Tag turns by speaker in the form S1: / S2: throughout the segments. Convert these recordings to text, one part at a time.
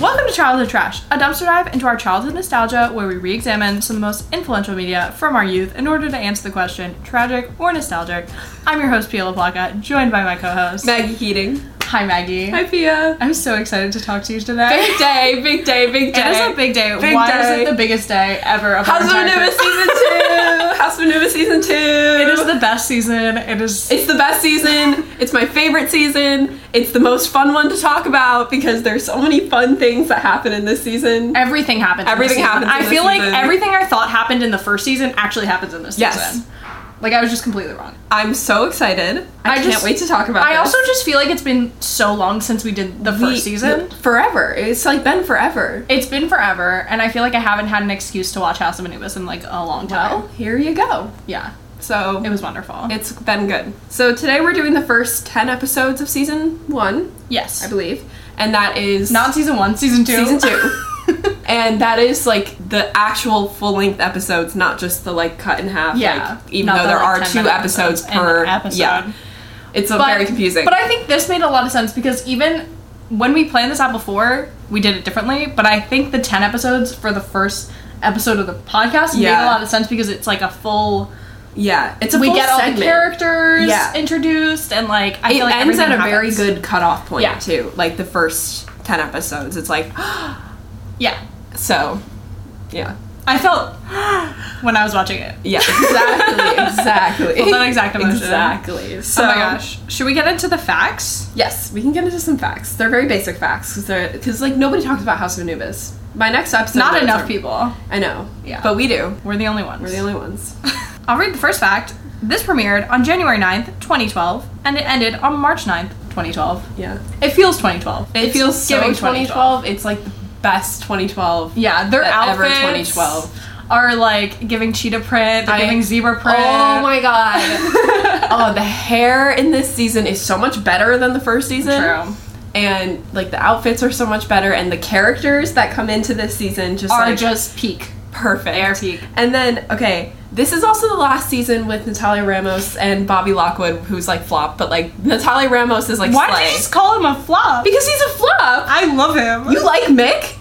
S1: Welcome to Childhood Trash, a dumpster dive into our childhood nostalgia where we re examine some of the most influential media from our youth in order to answer the question, tragic or nostalgic. I'm your host, Pia LaPlaca, joined by my co host,
S2: Maggie Keating.
S1: Hi, Maggie.
S2: Hi, Pia.
S1: I'm so excited to talk to you today.
S2: Big day, big day, big day.
S1: It is a big day.
S2: Big
S1: Why
S2: day.
S1: is it the biggest day ever of
S2: House of
S1: our entire
S2: Maneuver season two. House of Maneuver season two.
S1: It is the best season. It is.
S2: It's the best season. It's my favorite season. It's the most fun one to talk about because there's so many fun things that happen in this season.
S1: Everything happens. in
S2: Everything
S1: this season.
S2: happens in
S1: I
S2: this
S1: feel like
S2: season.
S1: everything I thought happened in the first season actually happens in this
S2: Yes.
S1: season. Like I was just completely wrong.
S2: I'm so excited.
S1: I
S2: I, can't
S1: just-
S2: wait to talk about
S1: I
S2: this.
S1: also just feel like it's been so long since we did the first
S2: We-
S1: season.
S2: Forever. It's like been forever.
S1: It's been forever, and I feel like I haven't had an excuse to watch House of Anubis in like a long time.
S2: Well, here you go.
S1: yeah,
S2: So
S1: it was wonderful.
S2: it's been good. So today we're doing the first 10 episodes of season one, I
S1: yes,
S2: believe. And that is
S1: not season one, season two,
S2: Season two. and that is like the actual full length episodes, not just the like cut in half.
S1: Yeah.
S2: Like, even
S1: Not
S2: though
S1: the,
S2: there
S1: like,
S2: are
S1: 10
S2: two
S1: minute
S2: episodes,
S1: episodes. An
S2: per
S1: episode.
S2: Yeah. It's uh,
S1: But-
S2: very confusing.
S1: But I think this made a lot of sense because even when we planned this out before, we did it differently. But I think the ten episodes for the first episode of the podcast made
S2: Yeah.
S1: a lot of sense because it's like a full.
S2: yeah, it's a
S1: we
S2: full
S1: get all
S2: segment.
S1: the characters
S2: Yeah.
S1: introduced, and like I
S2: It
S1: feel like
S2: ends at a
S1: everything
S2: very
S1: happens.
S2: good cutoff point
S1: Yeah.
S2: too. Like the first ten episodes, it's like
S1: yeah.
S2: so. Yeah.
S1: I felt when I was watching it.
S2: Yeah. Exactly. exactly.
S1: Felt that exact emotion.
S2: Exactly. So,
S1: oh my gosh. Should we get into the facts?
S2: Yes, we can get into some facts. They're very basic facts because they're because like nobody talks about House of Anubis. My next episode.
S1: Not
S2: is
S1: enough
S2: our-
S1: people.
S2: I know.
S1: Yeah.
S2: But we do.
S1: We're the only ones.
S2: We're the only ones.
S1: I'll read the first fact. This premiered on January 9th, 2012, and it ended on March 9th, 2012.
S2: Yeah.
S1: It feels 2012.
S2: It
S1: It's
S2: feels so
S1: giving
S2: 2012. It's like the best 2012.
S1: Yeah, their
S2: that ever
S1: outfits
S2: 2012.
S1: are like giving cheetah print, they're
S2: I-
S1: giving zebra print.
S2: Oh my god. oh, the hair in this season is so much better than the first season.
S1: True.
S2: And like the outfits are so much better, and the characters that come into this season just
S1: Are
S2: like,
S1: just peak.
S2: perfect.
S1: They are peak.
S2: And then okay, this is also the last season with Natalia Ramos and Bobby Lockwood, who's like flop, but like Natalia Ramos is like
S1: Why
S2: slay.
S1: did you just call him a flop?
S2: because he's a flop.
S1: I love him.
S2: You like Mick?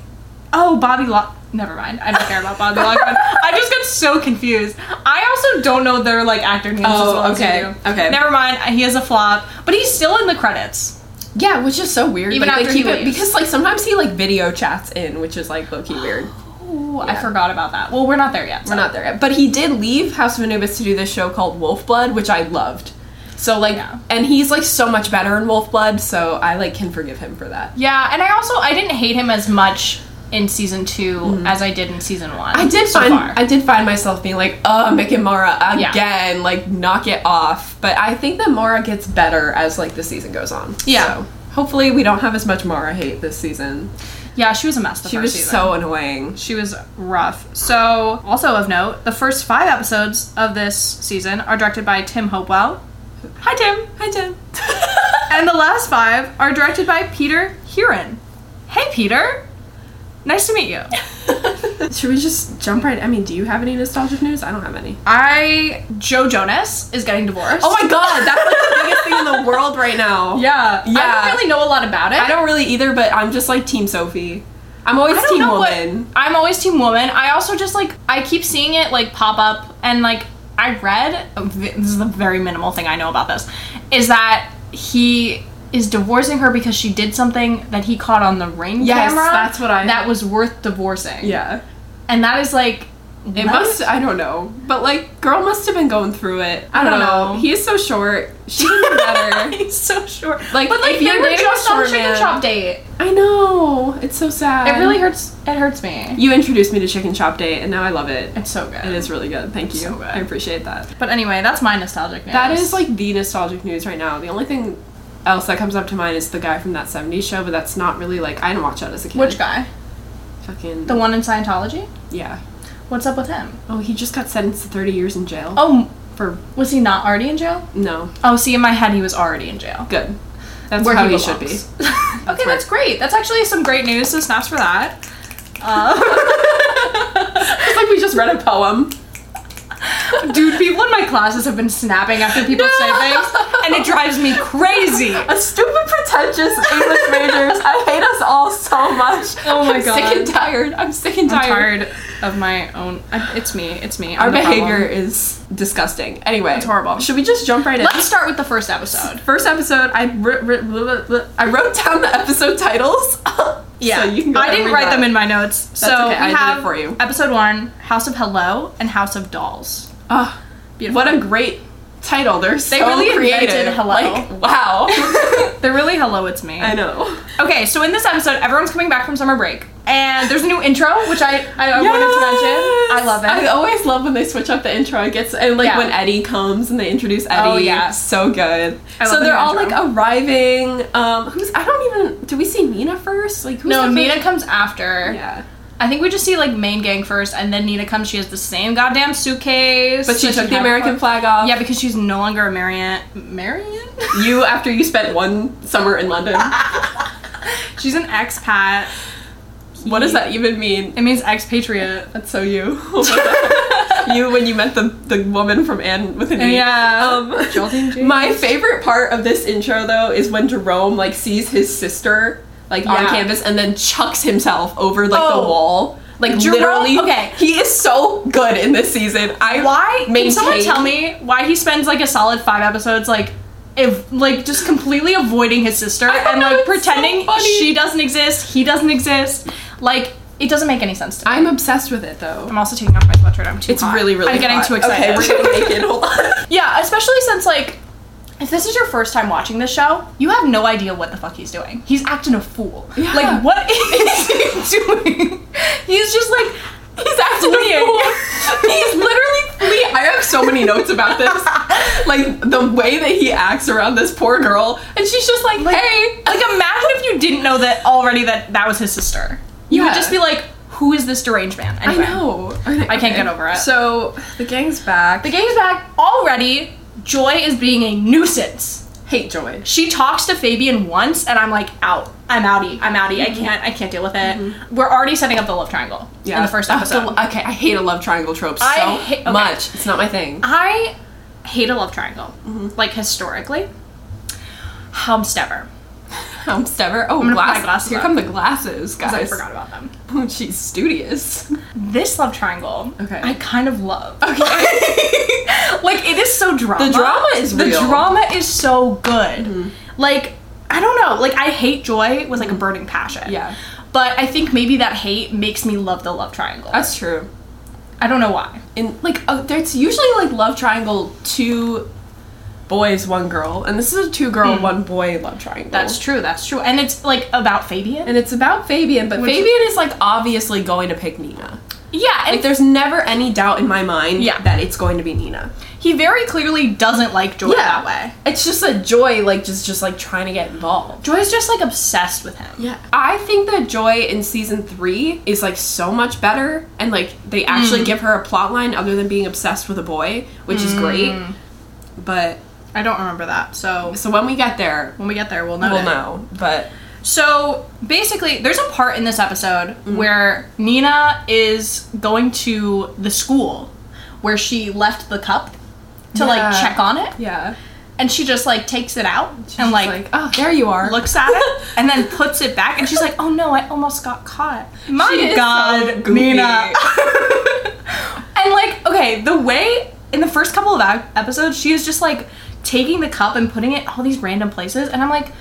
S1: Oh, Bobby Lock. Never mind. I don't care about Bobby Lockwood. I just got so confused. I also don't know their like actor names as
S2: Oh,
S1: well
S2: okay,
S1: as you do.
S2: okay.
S1: Never mind. He is a flop, but he's still in the credits.
S2: Yeah, which is so weird.
S1: Even
S2: like, they
S1: after he
S2: keep it
S1: leaves.
S2: because like sometimes he like video chats in, which is like low key weird.
S1: Oh, I
S2: Yeah.
S1: forgot about that. Well, we're not there yet. so.
S2: We're not there yet, but he did leave House of Anubis to do this show called Wolf Blood, which I loved. So like,
S1: Yeah.
S2: and he's like so much better in Wolf Blood, so I like can forgive him for that.
S1: Yeah, and I also I didn't hate him as much in season 2 as Mm-hmm. I did in season one.
S2: I did
S1: so
S2: find
S1: far.
S2: I did find myself being like, "Oh, Mick and Mara
S1: Yeah.
S2: again, like knock it off." But I think that Mara gets better as like the season goes on.
S1: Yeah.
S2: So, hopefully, we don't have as much Mara hate this season.
S1: yeah, she was a mess. The
S2: She
S1: first
S2: was
S1: season.
S2: so annoying.
S1: She was rough. So, also of note, the first five episodes of this season are directed by Tim Hopewell. Hi, Tim.
S2: Hi, Jen.
S1: And the last five are directed by Peter Huron. Hey, Peter. Nice to meet you.
S2: Should we just jump right? I mean, do you have any nostalgic news? I don't have any.
S1: I Joe Jonas is getting divorced.
S2: Oh my god, that's like the biggest thing in the world right now.
S1: yeah, I
S2: Yeah.
S1: don't really know a lot about it.
S2: I don't really either, but I'm just like Team Sophie. I'm always
S1: I don't
S2: Team
S1: know what-
S2: Woman.
S1: I'm always team woman. I also just like I keep seeing it like pop up and like I read this is the very minimal thing I know about this is that he is divorcing her because she did something that he caught on the ring
S2: Yes,
S1: camera.
S2: that's what I-
S1: That was worth divorcing.
S2: Yeah.
S1: and that is like
S2: It must. I don't know. But like, girl must have been going through it. I don't,
S1: don't
S2: know.
S1: know.
S2: He is so short. She can do better.
S1: He's so short.
S2: Like,
S1: but like
S2: if
S1: they
S2: you're
S1: were
S2: dating a
S1: just on
S2: short
S1: chicken
S2: man-
S1: shop date.
S2: I know. It's so sad.
S1: It really hurts. It hurts me.
S2: You introduced me to Chicken Shop Date, and now I love it.
S1: It's so good.
S2: It is really good. Thank you.
S1: so good.
S2: I appreciate that.
S1: But anyway, that's my nostalgic news.
S2: That is like the nostalgic news right now. The only thing else that comes up to mind is the guy from that '70s show, but that's not really like I didn't watch that as a kid.
S1: which guy?
S2: Fucking.
S1: The one in Scientology.
S2: yeah.
S1: What's up with him?
S2: Oh, he just got sentenced to 30 years in jail.
S1: Oh,
S2: For
S1: was he not already in jail?
S2: no.
S1: Oh, see, in my head, he was already in jail.
S2: Good. That's
S1: Where
S2: how
S1: he
S2: he should be.
S1: belongs. okay, that's great. That's actually some great news. So snaps for that. Uh,
S2: It's like we just read a poem.
S1: Dude, people in my classes have been snapping after people
S2: No.
S1: say things, and it drives me crazy.
S2: A stupid, pretentious English majors. I hate us all so much.
S1: Oh my
S2: I'm
S1: God.
S2: Sick and tired. I'm sick and
S1: I'm
S2: tired.
S1: tired of my own. I- It's me. It's me. I'm
S2: Our
S1: the problem.
S2: behavior is disgusting. Anyway, it's
S1: horrible.
S2: Should we just jump right in?
S1: Let's start with the first episode.
S2: First episode, I wr- wr- bl- bl- bl- I wrote down the episode titles.
S1: Yeah,
S2: so you can go
S1: I didn't
S2: and
S1: write them
S2: that.
S1: in my notes. so
S2: okay,
S1: we
S2: I did it
S1: have
S2: for you.
S1: episode one: House of Hello and House of Dolls.
S2: Oh,
S1: Beautiful.
S2: What a great title! They're so
S1: really
S2: creative.
S1: invented hello.
S2: Like wow.
S1: They're really hello, it's me.
S2: I know.
S1: Okay, so in this episode, everyone's coming back from summer break, and there's a new intro, which I I, I wanted to mention. I love it.
S2: I always love when they switch up the intro. It gets and like
S1: Yeah.
S2: when Eddie comes and they introduce Eddie.
S1: Oh, yeah.
S2: so good.
S1: I love
S2: so
S1: the
S2: they're all
S1: intro.
S2: like arriving. Um, who's I don't even. Do we see Nina first? Like who's
S1: no,
S2: the
S1: Nina
S2: first-
S1: comes after.
S2: Yeah,
S1: I think we just see like main gang first, and then Nina comes. She has the same goddamn suitcase,
S2: but she
S1: that
S2: took the
S1: had
S2: American
S1: before.
S2: flag off.
S1: Yeah, because she's no longer a Marian. Marian?
S2: you after you spent one summer in London.
S1: she's an expat.
S2: what does that even mean?
S1: It means expatriate.
S2: That's so you. you when you met the, the woman from Anne with an E.
S1: Yeah.
S2: Um,
S1: Geraldine James.
S2: My favorite part of this intro though is when Jerome like sees his sister like on
S1: Yeah.
S2: campus and then chucks himself over like
S1: Oh.
S2: the wall. Like
S1: Jerome-
S2: literally,
S1: okay.
S2: He is so good in this season. I
S1: Why? Can someone
S2: maintain-
S1: tell me why he spends like a solid five episodes like if like just completely avoiding his sister
S2: I
S1: and
S2: know,
S1: like
S2: it's so
S1: pretending
S2: funny.
S1: she doesn't exist, he doesn't exist. Like it doesn't make any sense to me.
S2: I'm obsessed with it though.
S1: I'm also taking off my sweatshirt. I'm too.
S2: It's
S1: hot.
S2: really really.
S1: I'm getting
S2: hot.
S1: too excited.
S2: Okay, we're gonna make it. Hold on.
S1: yeah, especially since like. If this is your first time watching this show, you have no idea what the fuck he's doing. He's acting a fool.
S2: Yeah.
S1: Like, what is he doing? He's just like,
S2: He's acting
S1: Fleeing.
S2: a fool. He's literally fleeing. I have so many notes about this. Like the way that he acts around this poor girl, and she's just like,
S1: Like,
S2: "Hey,
S1: like imagine if you didn't know that already that that was his sister. You would
S2: Yeah.
S1: just be like, who is this deranged man?
S2: I
S1: Anyway,
S2: know.
S1: I can't get over it.
S2: So the gang's back.
S1: The gang's back already. Joy is being a nuisance.
S2: hate Joy.
S1: She talks to Fabian once, and I'm like, out. I'm outie. I'm outie.
S2: Mm-hmm.
S1: I can't. I can't deal with it. We're already setting up the love triangle in the first
S2: Oh,
S1: episode.
S2: Mm-hmm. the- okay, I hate a love triangle trope so
S1: I hate- okay.
S2: much. It's not my thing.
S1: I hate a love triangle,
S2: Mm-hmm.
S1: like historically. Humstever,
S2: Humstever. Oh,
S1: gonna put my
S2: glasses.
S1: glasses
S2: Here
S1: on.
S2: come the glasses, guys.
S1: because I forgot about them.
S2: Oh, she's studious.
S1: This love triangle,
S2: Okay.
S1: I kind of love.
S2: Okay.
S1: like it is so drama.
S2: The drama is
S1: the
S2: real. Mm-hmm.
S1: drama is so good. Like I don't know. Like I hate joy with like a burning passion.
S2: Yeah.
S1: But I think maybe that hate makes me love the love triangle.
S2: That's true.
S1: I don't know why.
S2: in like uh, there's usually like love triangle two boys one girl and this is a two girl one boy love triangle
S1: Hmm. That's true. That's true. And it's like about Fabian.
S2: and it's about fabian but
S1: Which-
S2: fabian is like obviously going to pick nina
S1: yeah, and
S2: like there's never any doubt in my mind
S1: Yeah.
S2: that it's going to be nina
S1: he very clearly doesn't like joy that way.
S2: it's just a joy like just just like trying to get involved
S1: Joy's just like obsessed with him.
S2: yeah i think that joy in season three is like so much better and like they
S1: Mm.
S2: actually give her a plot line other than being obsessed with a boy which is
S1: Mm.
S2: great but
S1: I don't remember that. So
S2: so when we get there
S1: when we get there, we'll know.
S2: Well,
S1: it.
S2: no, but
S1: So basically, there's a part in this episode
S2: Mm-hmm.
S1: where Nina is going to the school where she left the cup to like
S2: Yeah.
S1: check on it,
S2: yeah,
S1: and she just like takes it out and like,
S2: oh, there you are.
S1: looks at it and then puts it back, and she's like, "Oh no, I almost got caught." My
S2: She is so
S1: God,
S2: goofy.
S1: Nina. and like, okay, the way in the first couple of ep- episodes, she is just like taking the cup and putting it all these random places, and I'm like,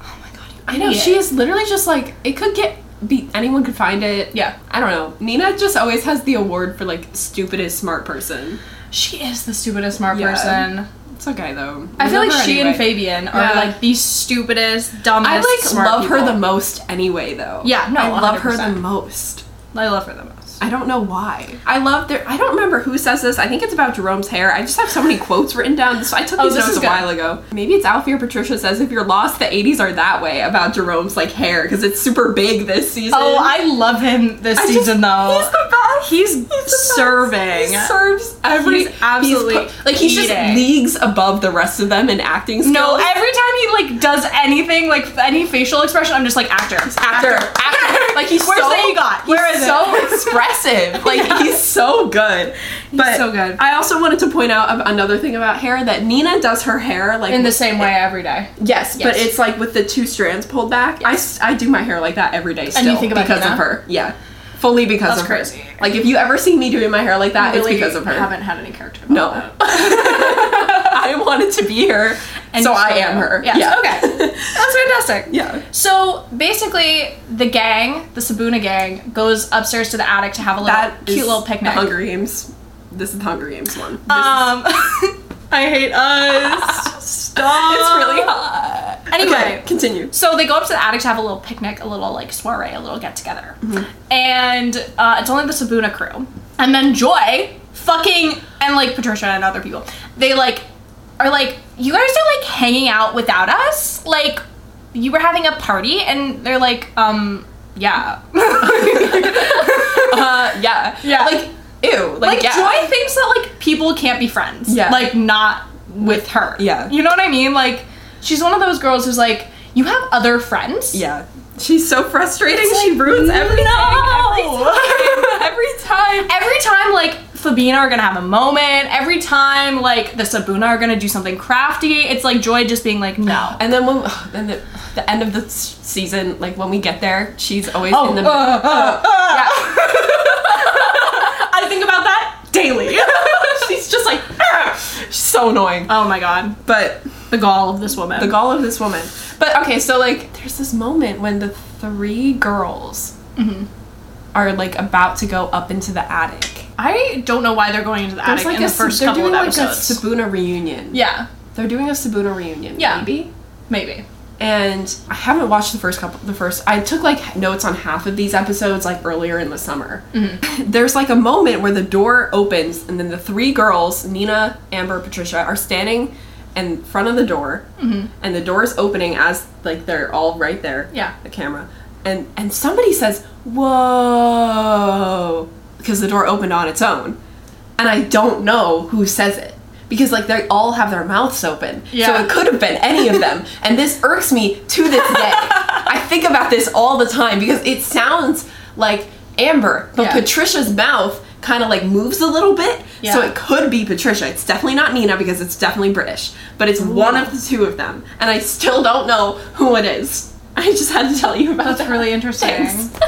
S1: "Oh my God, you
S2: I know
S1: idiot."
S2: she is literally just like it could get be anyone could find it.
S1: Yeah.
S2: I don't know. Nina just always has the award for like stupidest smart person.
S1: She is the stupidest smart
S2: Yeah.
S1: person.
S2: It's okay though.
S1: I feel
S2: We
S1: like
S2: love her
S1: she and
S2: anyway.
S1: Fabian are
S2: Yeah.
S1: like the stupidest, dumbest.
S2: I like
S1: smart
S2: love her
S1: people.
S2: the most anyway though.
S1: Yeah, no,
S2: I love her the
S1: 100%.
S2: most.
S1: I love her the most.
S2: I don't know why. I love their. I don't remember who says this. I think it's about Jerome's hair. I just have so many quotes written down. So I took
S1: Oh,
S2: these
S1: this
S2: notes
S1: is
S2: a
S1: good.
S2: while ago. Maybe it's Alfie or Patricia says if you're lost, the '80s are that way about Jerome's like hair because it's super big this season.
S1: Oh, I love him this
S2: I just-
S1: season
S2: He's
S1: though.
S2: the best.
S1: He's
S2: best.
S1: serving.
S2: He serves every.
S1: He's absolutely
S2: pu- like he's
S1: eating.
S2: just leagues above the rest of them in acting skills.
S1: no, every time he like does anything, like any facial expression, I'm just like actor, actor, actor,
S2: actor,
S1: actor, Like he's
S2: Where's
S1: so,
S2: that you got?
S1: Where
S2: He's
S1: is
S2: so-
S1: it?
S3: expressive. Like
S2: He's so good. But
S1: so good.
S2: I also wanted to point out ab- another thing about hair that Nina does her hair like
S1: In the same way every day.
S2: Yes, but
S1: Yes.
S2: it's like with the two strands pulled back. I s I I, do my hair like that every day still
S1: you think about
S2: because
S1: Nina?
S2: of her. Yeah. Fully because
S1: That's
S2: of her.
S1: crazy.
S2: Like if you ever see me doing my hair like that,
S1: Really
S2: it's because of her.
S1: haven't had any character.
S2: No.
S1: development.
S2: I wanted to be her,
S1: And
S2: so
S1: you
S2: I
S1: still
S2: am
S1: are.
S2: her.
S1: Yes,
S2: Yeah.
S1: okay. That's fantastic.
S2: yeah.
S1: So basically, the gang, the Sabuna gang, goes upstairs to the attic to have a little
S2: That
S1: cute
S2: is
S1: little picnic.
S2: The Hunger Games. This is the Hunger Games one. This-
S1: Um, I hate us. Stop.
S2: it's really hot.
S1: Anyway.
S2: Okay, continue.
S3: Mm-hmm.
S1: So they go up to the attic to have a little picnic, a little like soiree, a little get together,
S3: Mm-hmm.
S1: and uh, it's only the Sabuna crew. And then Joy, fucking, and like Patricia and other people, they like are like, you guys are like hanging out without us, like you were having a party, and they're like, um, yeah,
S3: uh, yeah,
S1: Yeah.
S3: Like ew. Like,
S1: like
S3: yeah.
S1: Joy thinks that like people can't be friends,
S2: Yeah.
S1: like not with her,
S2: Yeah.
S1: You know what I mean? Like she's one of those girls who's like, you have other friends,
S2: Yeah. She's so frustrating.
S1: It's
S2: she
S1: like,
S2: ruins everything.
S1: no.
S2: Every time. Every time.
S1: every time like Fabina are gonna have a moment. Every time like the Sabuna are gonna do something crafty. It's like Joy just being like, no.
S2: And then when ugh, then the, the end of the s- season, like when we get there, she's always
S1: Oh,
S2: in the
S1: uh, uh,
S2: I think about that daily. she's just like "Ah!" she's so annoying.
S1: Oh my god,
S2: But
S1: the gall of this woman.
S2: the gall of this woman. But okay, so like there's this moment when the three girls are like about to go up into the attic.
S1: I don't know why they're going into the
S2: There's
S1: attic
S2: like
S1: in
S2: a
S1: the
S2: Sab-
S1: first
S2: they're
S1: couple of
S2: doing like
S1: episodes.
S2: a Sabuna reunion.
S1: yeah,
S2: They're doing a Sabuna reunion,
S1: Yeah.
S2: maybe.
S1: maybe.
S2: And I haven't watched the first couple the first I took like notes on half of these episodes like earlier in the summer.
S1: Mm-hmm.
S2: There's like a moment where the door opens and then the three girls, Nina, Amber, Patricia, are standing in front of the door
S1: Mm-hmm.
S2: and the door is opening as like they're all right there.
S1: Yeah.
S2: The camera. And and somebody says, Whoa because the door opened on its own and I don't know who says it because like they all have their mouths open.
S1: Yeah.
S2: So it could have been any of them. and this irks me to this day. I think about this all the time because it sounds like Amber, but
S1: Yeah.
S2: Patricia's mouth kind of like moves a little bit. So
S1: Yeah.
S2: it could be Patricia. It's definitely not Nina because it's definitely British, but it's one of the two of them. And I still don't know who it is. I just had to tell you about
S1: That's
S2: that.
S1: really interesting.
S2: Thanks.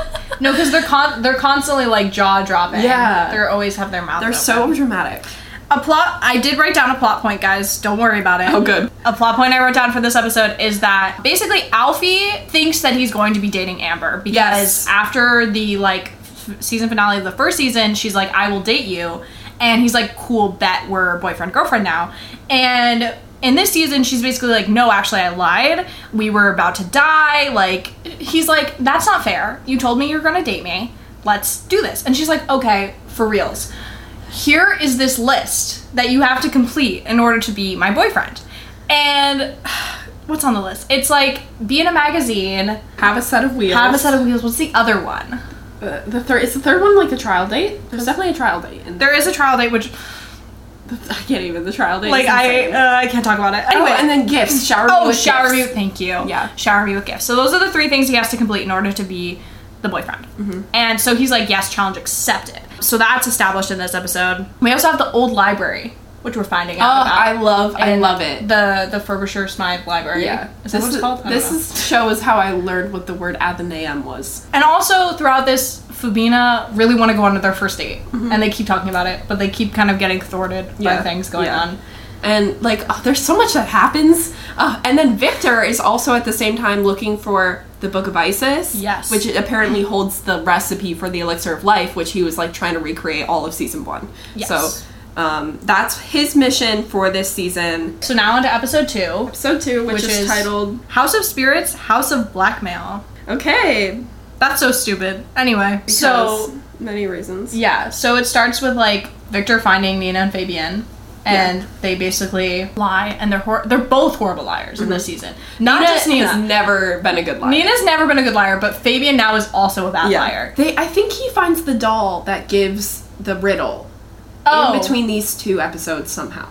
S1: No, because they're con- they're constantly like jaw dropping.
S2: Yeah.
S1: they always have their mouth.
S2: They're so dramatic.
S1: a plot. I did write down a plot point, guys. Don't worry about it.
S2: Oh, good.
S1: A plot point I wrote down for this episode is that basically Alfie thinks that he's going to be dating Amber because
S2: Yes.
S1: after the like f- season finale of the first season, she's like, "I will date you," and he's like, "Cool, bet we're boyfriend girlfriend now." And in this season, she's basically like, "No, actually, I lied. We were about to die." Like he's like, "That's not fair. You told me you're going to date me. Let's do this." And she's like, "Okay, for reals." here is this list that you have to complete in order to be my boyfriend. And what's on the list? It's like be in a magazine,
S2: Have a set of wheels.
S1: have a set of wheels. What's the other one?
S2: Uh, the third is the third one like a trial date. There's definitely a trial date, and
S1: There is a trial date, which
S2: I can't even the trial date.
S1: like I uh, I can't talk about it.
S2: anyway,
S1: Anyway,
S2: and then gifts shower. me
S1: oh
S2: with
S1: shower me.
S2: gifts.
S1: Thank you.
S2: Yeah.
S1: shower me with gifts. So those are the three things he has to complete in order to be the boyfriend.
S2: Mm-hmm.
S1: And so he's like, yes, challenge accepted. So that's established in this episode. We also have the old library, which we're finding
S2: Oh,
S1: out about.
S2: I love I
S1: and
S2: love it.
S1: The the Furbisher Smythe Library.
S2: yeah,
S1: Is that
S2: this
S1: what it's
S2: is-
S1: called? I don't
S2: This
S1: know.
S2: is, show is how I learned what the word athenaeum was.
S1: And also throughout this, Fubina really want to go on to their first date. And they keep talking about it, but they keep kind of getting thwarted by
S2: Mm-hmm. Yeah,
S1: things going
S2: yeah.
S1: on.
S2: And like, oh, there's so much that happens. Uh, and then Victor is also at the same time looking for the Book of Isis,
S1: Yes.
S2: which apparently holds the recipe for the elixir of life, which he was like trying to recreate all of season one.
S1: Yes.
S2: So um, that's his mission for this season.
S1: So now into episode two.
S2: So too, which,
S1: Which
S2: is,
S1: is-
S2: titled
S1: House of Spirits, House of Blackmail.
S2: okay.
S1: That's so stupid. Anyway,
S2: So
S1: so
S2: many reasons.
S1: yeah, so it starts with like Victor finding Nina and Fabian. And they basically lie, and they're hor- they're both horrible liars in this season. Not
S2: Mm-hmm. Nina
S1: just Nina.
S2: has never been a good liar.
S1: Nina's never been a good liar, but Fabian now is also a bad
S2: yeah.
S1: liar.
S2: They, I think he finds the doll that gives the riddle
S1: Oh.
S2: in between these two episodes somehow,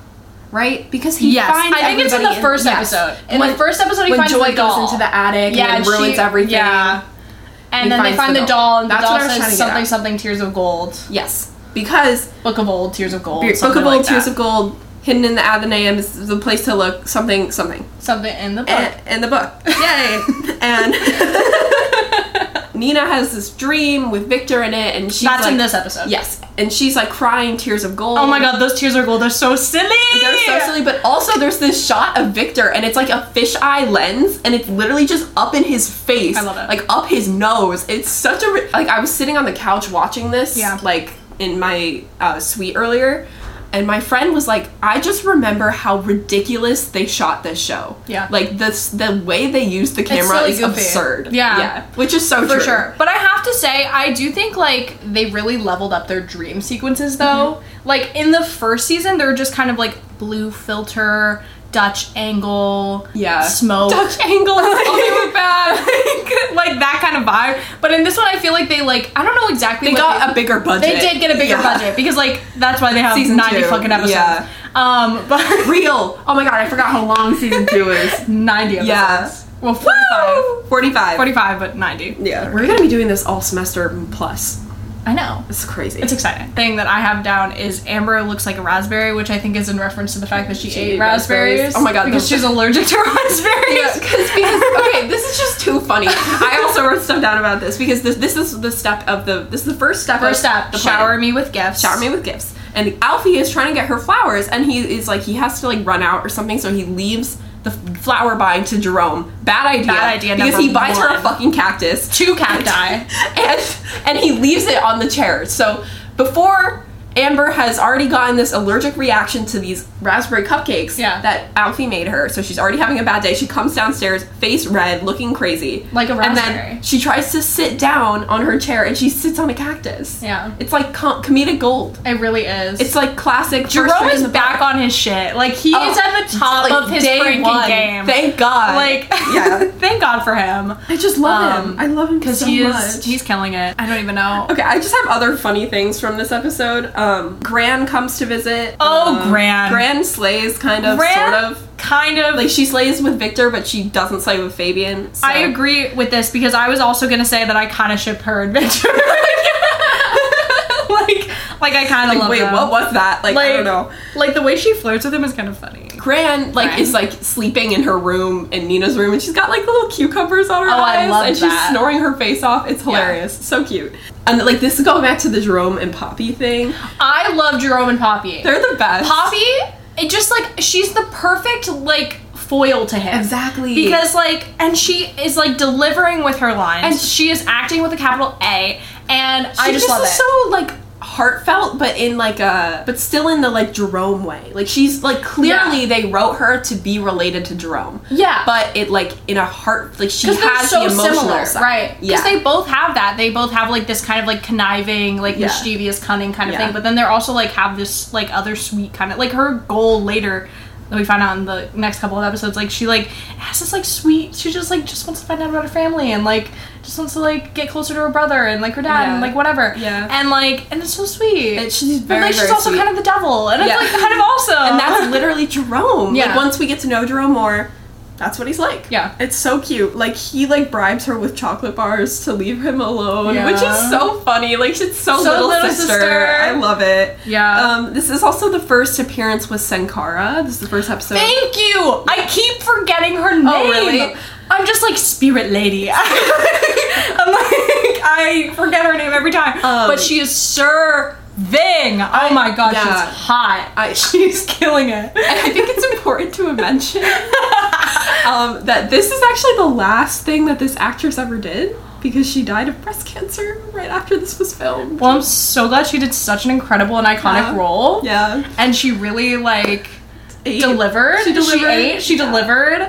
S2: right? Because he
S1: Yes,
S2: finds
S1: I think it's in
S2: everybody
S1: the first
S2: yes.
S1: episode. In
S2: when,
S1: the first episode, he
S2: when
S1: finds
S2: Joy
S1: the doll.
S2: goes into the attic
S1: yeah,
S2: and
S1: she-
S2: ruins everything.
S1: Yeah, and, and
S2: He
S1: then they
S2: finds
S1: find
S2: the
S1: the
S2: doll.
S1: doll, and the
S2: That's
S1: doll
S2: what I was trying to
S1: says
S2: get
S1: something
S2: at.
S1: something tears of gold,
S2: Yes, because
S1: book of old tears of gold,
S2: Book of
S1: something
S2: Old
S1: like
S2: Tears
S1: that.
S2: of Gold, Hidden in the Athenaeum is the place to look. Something, something.
S1: something in the book.
S2: And, and the book. Yay! and Nina has this dream with Victor in it, and she's
S1: That's
S2: like,
S1: in this episode.
S2: Yes, and she's like crying tears of gold.
S1: Oh my god, those tears of gold are so silly.
S2: They're so silly, but also there's this shot of Victor, and it's like a fisheye lens, and it's literally just up in his face.
S1: I love it.
S2: Like up his nose. It's such a ri- like. I was sitting on the couch watching this,
S1: Yeah.
S2: like in my uh, suite earlier, and my friend was like, "I just remember how ridiculous they shot this show.
S1: Yeah.
S2: like this the way they used the camera
S1: silly
S2: is
S1: goofy.
S2: absurd.
S1: Yeah.
S2: which is so
S1: for
S2: true.
S1: sure. But I have to say, I do think like they really leveled up their dream sequences though. Like in the first season, they were just kind of like blue filter, Dutch angle,
S2: Yeah,
S1: smoke.
S2: Dutch angle.
S1: Oh, they were bad. Like, like that kind of vibe. But in this one, I feel like they like I don't know exactly.
S2: They
S1: what
S2: got a bigger budget.
S1: They did get a bigger
S2: Yeah.
S1: budget because like that's why they have
S2: Season
S1: ninety
S2: two,
S1: fucking episodes.
S2: yeah.
S1: Um, but
S2: Real. Oh my god, I forgot how long season two is.
S1: ninety episodes.
S2: Yeah.
S1: Well, forty-five.
S2: 45.
S1: 45, but 90.
S2: Yeah. We're gonna be doing this all semester plus.
S1: I know.
S2: It's crazy.
S1: It's exciting. Thing that I have down is Amber looks like a raspberry, which I think is in reference to the fact that she,
S2: She
S1: ate
S2: ate
S1: raspberries.
S2: raspberries. Oh my God,
S1: Because
S2: those-
S1: she's allergic to
S2: Yeah,
S1: raspberries.
S2: 'cause- because okay, this is just too funny. I also wrote stuff down about this because this this is the step of the this is the first step.
S1: First
S2: of
S1: up,
S2: the plan.
S1: shower me with gifts.
S2: shower me with gifts. And Alfie is trying to get her flowers, and he is like he has to like run out or something, so he leaves the f- flower buying to Jerome. Bad idea.
S1: Bad idea
S2: Because
S1: number
S2: he buys her
S1: one.
S2: a fucking cactus.
S1: Two cacti.
S2: and and he leaves it on the chair. So before Amber has already gotten this allergic reaction to these raspberry cupcakes
S1: Yeah.
S2: that Alfie made her, so she's already having a bad day. She comes downstairs, face red, looking crazy,
S1: Like a
S2: And
S1: raspberry.
S2: then she tries to sit down on her chair, and she sits on a cactus.
S1: Yeah.
S2: it's like com- comedic gold.
S1: It really is.
S2: It's like classic. first
S1: Jerome
S2: string
S1: is
S2: in the
S1: back
S2: book.
S1: on his shit. Like he
S2: Oh,
S1: is at the top
S2: like,
S1: of his
S2: day
S1: drinking
S2: one.
S1: game.
S2: Thank God.
S1: like
S2: yeah,
S1: thank God for him.
S2: I just love
S1: Um,
S2: him. I love him because so
S1: he is
S2: much.
S1: he's killing it. I don't even know.
S2: Okay, I just have other funny things from this episode. Um, Gran comes to visit.
S1: Oh,
S2: Um,
S1: Gran.
S2: Gran slays kind of,
S1: Gran-
S2: sort of.
S1: Kind of
S2: Like she slays with Victor, but she doesn't slay with Fabian. so-
S1: I agree with this because I was also gonna say that I kind of ship her adventure. like, like I kind of
S2: Like,
S1: love.
S2: wait,
S1: them.
S2: what was that? Like, I don't know.
S1: Like the way she flirts with him is kind of funny.
S2: Gran like
S1: Gran.
S2: is like sleeping in her room in Nina's room, and she's got like little cucumbers on her
S1: Oh, I
S2: eyes,
S1: love
S2: and
S1: that.
S2: she's snoring her face off. It's hilarious, so cute. And like this is going back to the Jerome and Poppy thing.
S1: I love Jerome and Poppy.
S2: They're the best.
S1: Poppy, it just like she's the perfect like foil to him.
S2: Exactly.
S1: Because like, and she is like delivering with her lines, and
S2: And-
S1: she is acting with a capital A, and I
S2: She
S1: just love
S2: is
S1: it.
S2: So like heartfelt, but in like a but still in the like Jerome way. Like she's like clearly
S1: Yeah.
S2: they wrote her to be related to Jerome.
S1: yeah,
S2: But it like in a heart like she
S1: because they're
S2: has
S1: so
S2: the emotional
S1: similar,
S2: side.
S1: right? Because
S2: Yeah.
S1: they both have that. They both have like this kind of like conniving, like
S2: Yeah.
S1: mischievous, cunning kind of
S2: Yeah.
S1: thing. But then they're also like have this like other sweet kind of like her goal later that we find out in the next couple of episodes. Like she like has this like sweet. She just like just wants to find out about her family and like just wants to like get closer to her brother and like her dad and
S2: Yeah.
S1: like whatever.
S2: Yeah.
S1: And like and it's so sweet.
S2: And she's
S1: but
S2: very,
S1: like she's
S2: very
S1: also
S2: sweet.
S1: kind of the devil, and
S2: Yeah.
S1: it's like kind of awesome.
S2: and that's literally Jerome.
S1: Yeah.
S2: Like once we get to know Jerome more, that's what he's like.
S1: Yeah.
S2: It's so cute. Like he like bribes her with chocolate bars to leave him alone,
S1: Yeah.
S2: which is so funny. Like she's so,
S1: So
S2: little,
S1: little
S2: sister.
S1: sister.
S2: I love it.
S1: Yeah.
S2: Um, this is also the first appearance with Sankara. This is the first episode.
S1: Thank you. I keep forgetting her name.
S2: Oh, really?
S1: I'm just like spirit lady. I'm like I forget her name every time.
S2: Um,
S1: but she is Sir Ving. Oh my god,
S2: yeah.
S1: she's hot.
S2: I-
S1: she's killing it.
S2: I think it's important to mention um, that this is actually the last thing that this actress ever did because she died of breast cancer right after this was filmed.
S1: well, I'm so glad she did such an incredible and iconic
S2: Yeah.
S1: role.
S2: Uh-huh. Yeah.
S1: And she really like
S2: Eight.
S1: delivered.
S2: She delivered.
S1: She ate. She
S2: Yeah.
S1: delivered.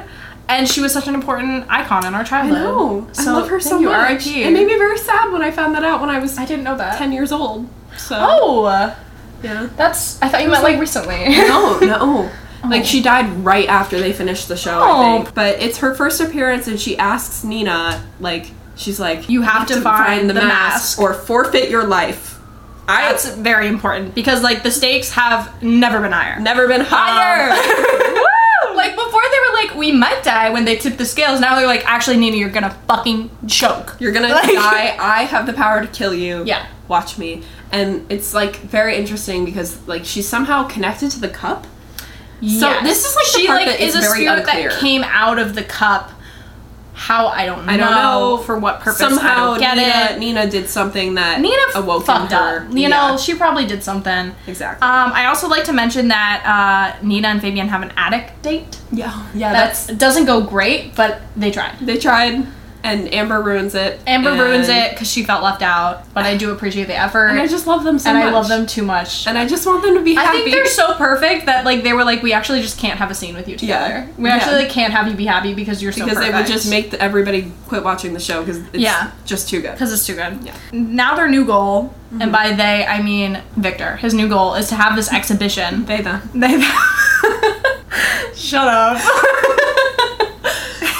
S1: And she was such an important icon in our
S2: I
S1: childhood.
S2: know.
S1: So,
S2: I love her
S1: thank
S2: so
S1: you,
S2: much.
S1: RIP.
S2: It made me very sad when I found that out when I was
S1: I didn't know that.
S2: 10 years old. So.
S1: Oh,
S2: Yeah.
S1: that's. I thought you meant like recently.
S2: No, no. Like she died right after they finished the show,
S1: Oh.
S2: I think. But it's her first appearance, and she asks Nina, like, she's like,
S1: You have to find the mask."
S2: or forfeit your life." I
S1: That's very important because like the stakes have never been higher.
S2: never been higher.
S1: like before they were like we might die when they tip the scales. Now they're like, actually, Nina, you're gonna fucking choke.
S2: You're gonna
S1: Like-
S2: die. I have the power to kill you.
S1: Yeah.
S2: Watch me. And it's like very interesting because like she's somehow connected to the cup. So
S1: Yes.
S2: this is, like, the
S1: she
S2: part
S1: like
S2: that
S1: is,
S2: is
S1: a
S2: very
S1: spirit
S2: unclear.
S1: that came out of the cup. How I don't know,
S2: I don't know.
S1: for what purpose.
S2: Somehow
S1: I don't get
S2: Nina,
S1: it.
S2: Nina did something that
S1: Nina f-
S2: awoke
S1: fucked
S2: her.
S1: up. You
S2: Yeah,
S1: know, she probably did something.
S2: exactly.
S1: Um, I also like to mention that uh, Nina and Fabian have an attic date.
S2: yeah. Yeah.
S1: That's doesn't go great, but they tried.
S2: They tried, and Amber ruins it.
S1: Amber
S2: and-
S1: ruins it because she felt left out, but I do appreciate the effort,
S2: And I just love them so
S1: and
S2: much.
S1: I love them too much.
S2: And I just want them to be
S1: I
S2: happy.
S1: think they're so perfect that like they were like, we actually just can't have a scene with you
S2: Yeah.
S1: together. We
S2: Yeah.
S1: actually like, can't have you be happy because you're so
S2: because
S1: perfect.
S2: they would just make the, everybody quit watching the show because it's
S1: Yeah.
S2: just too good.
S1: because it's too good.
S2: Yeah.
S1: Now their new goal, and by they I mean Victor. His new goal is to have this exhibition.
S2: They them.
S1: They've shut up.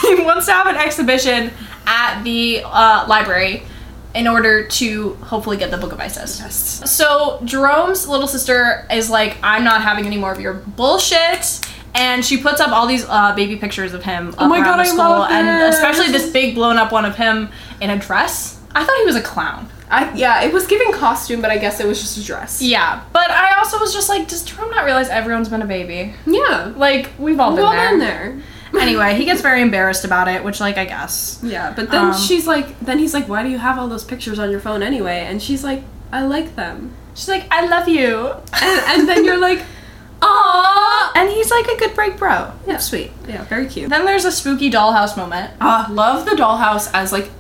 S1: he wants to have an exhibition at the uh, library in order to hopefully get the Book of Isis.
S2: Yes.
S1: So Jerome's little sister is like, I'm not having any more of your bullshit. And she puts up all these uh, baby pictures of him. Oh
S2: my God, I love
S1: And
S2: this.
S1: especially this big blown up one of him in a dress. I thought he was a clown.
S2: I, yeah, it was giving costume, but I guess it was just a dress.
S1: Yeah, but I also was just like, does Jerome not realize everyone's been a baby?
S2: Yeah.
S1: Like we've all
S2: We've
S1: been
S2: all
S1: there.
S2: been there.
S1: anyway, he gets very embarrassed about it, which like I guess.
S2: Yeah, but then
S1: Um,
S2: she's like, then he's like, why do you have all those pictures on your phone anyway? And she's like, I like them.
S1: She's like, I love you.
S2: And, and then you're like,
S1: Aww. And he's like a good break bro.
S2: yeah, sweet. Yeah, very cute.
S1: Then there's a spooky dollhouse moment.
S2: Ah, love the dollhouse as like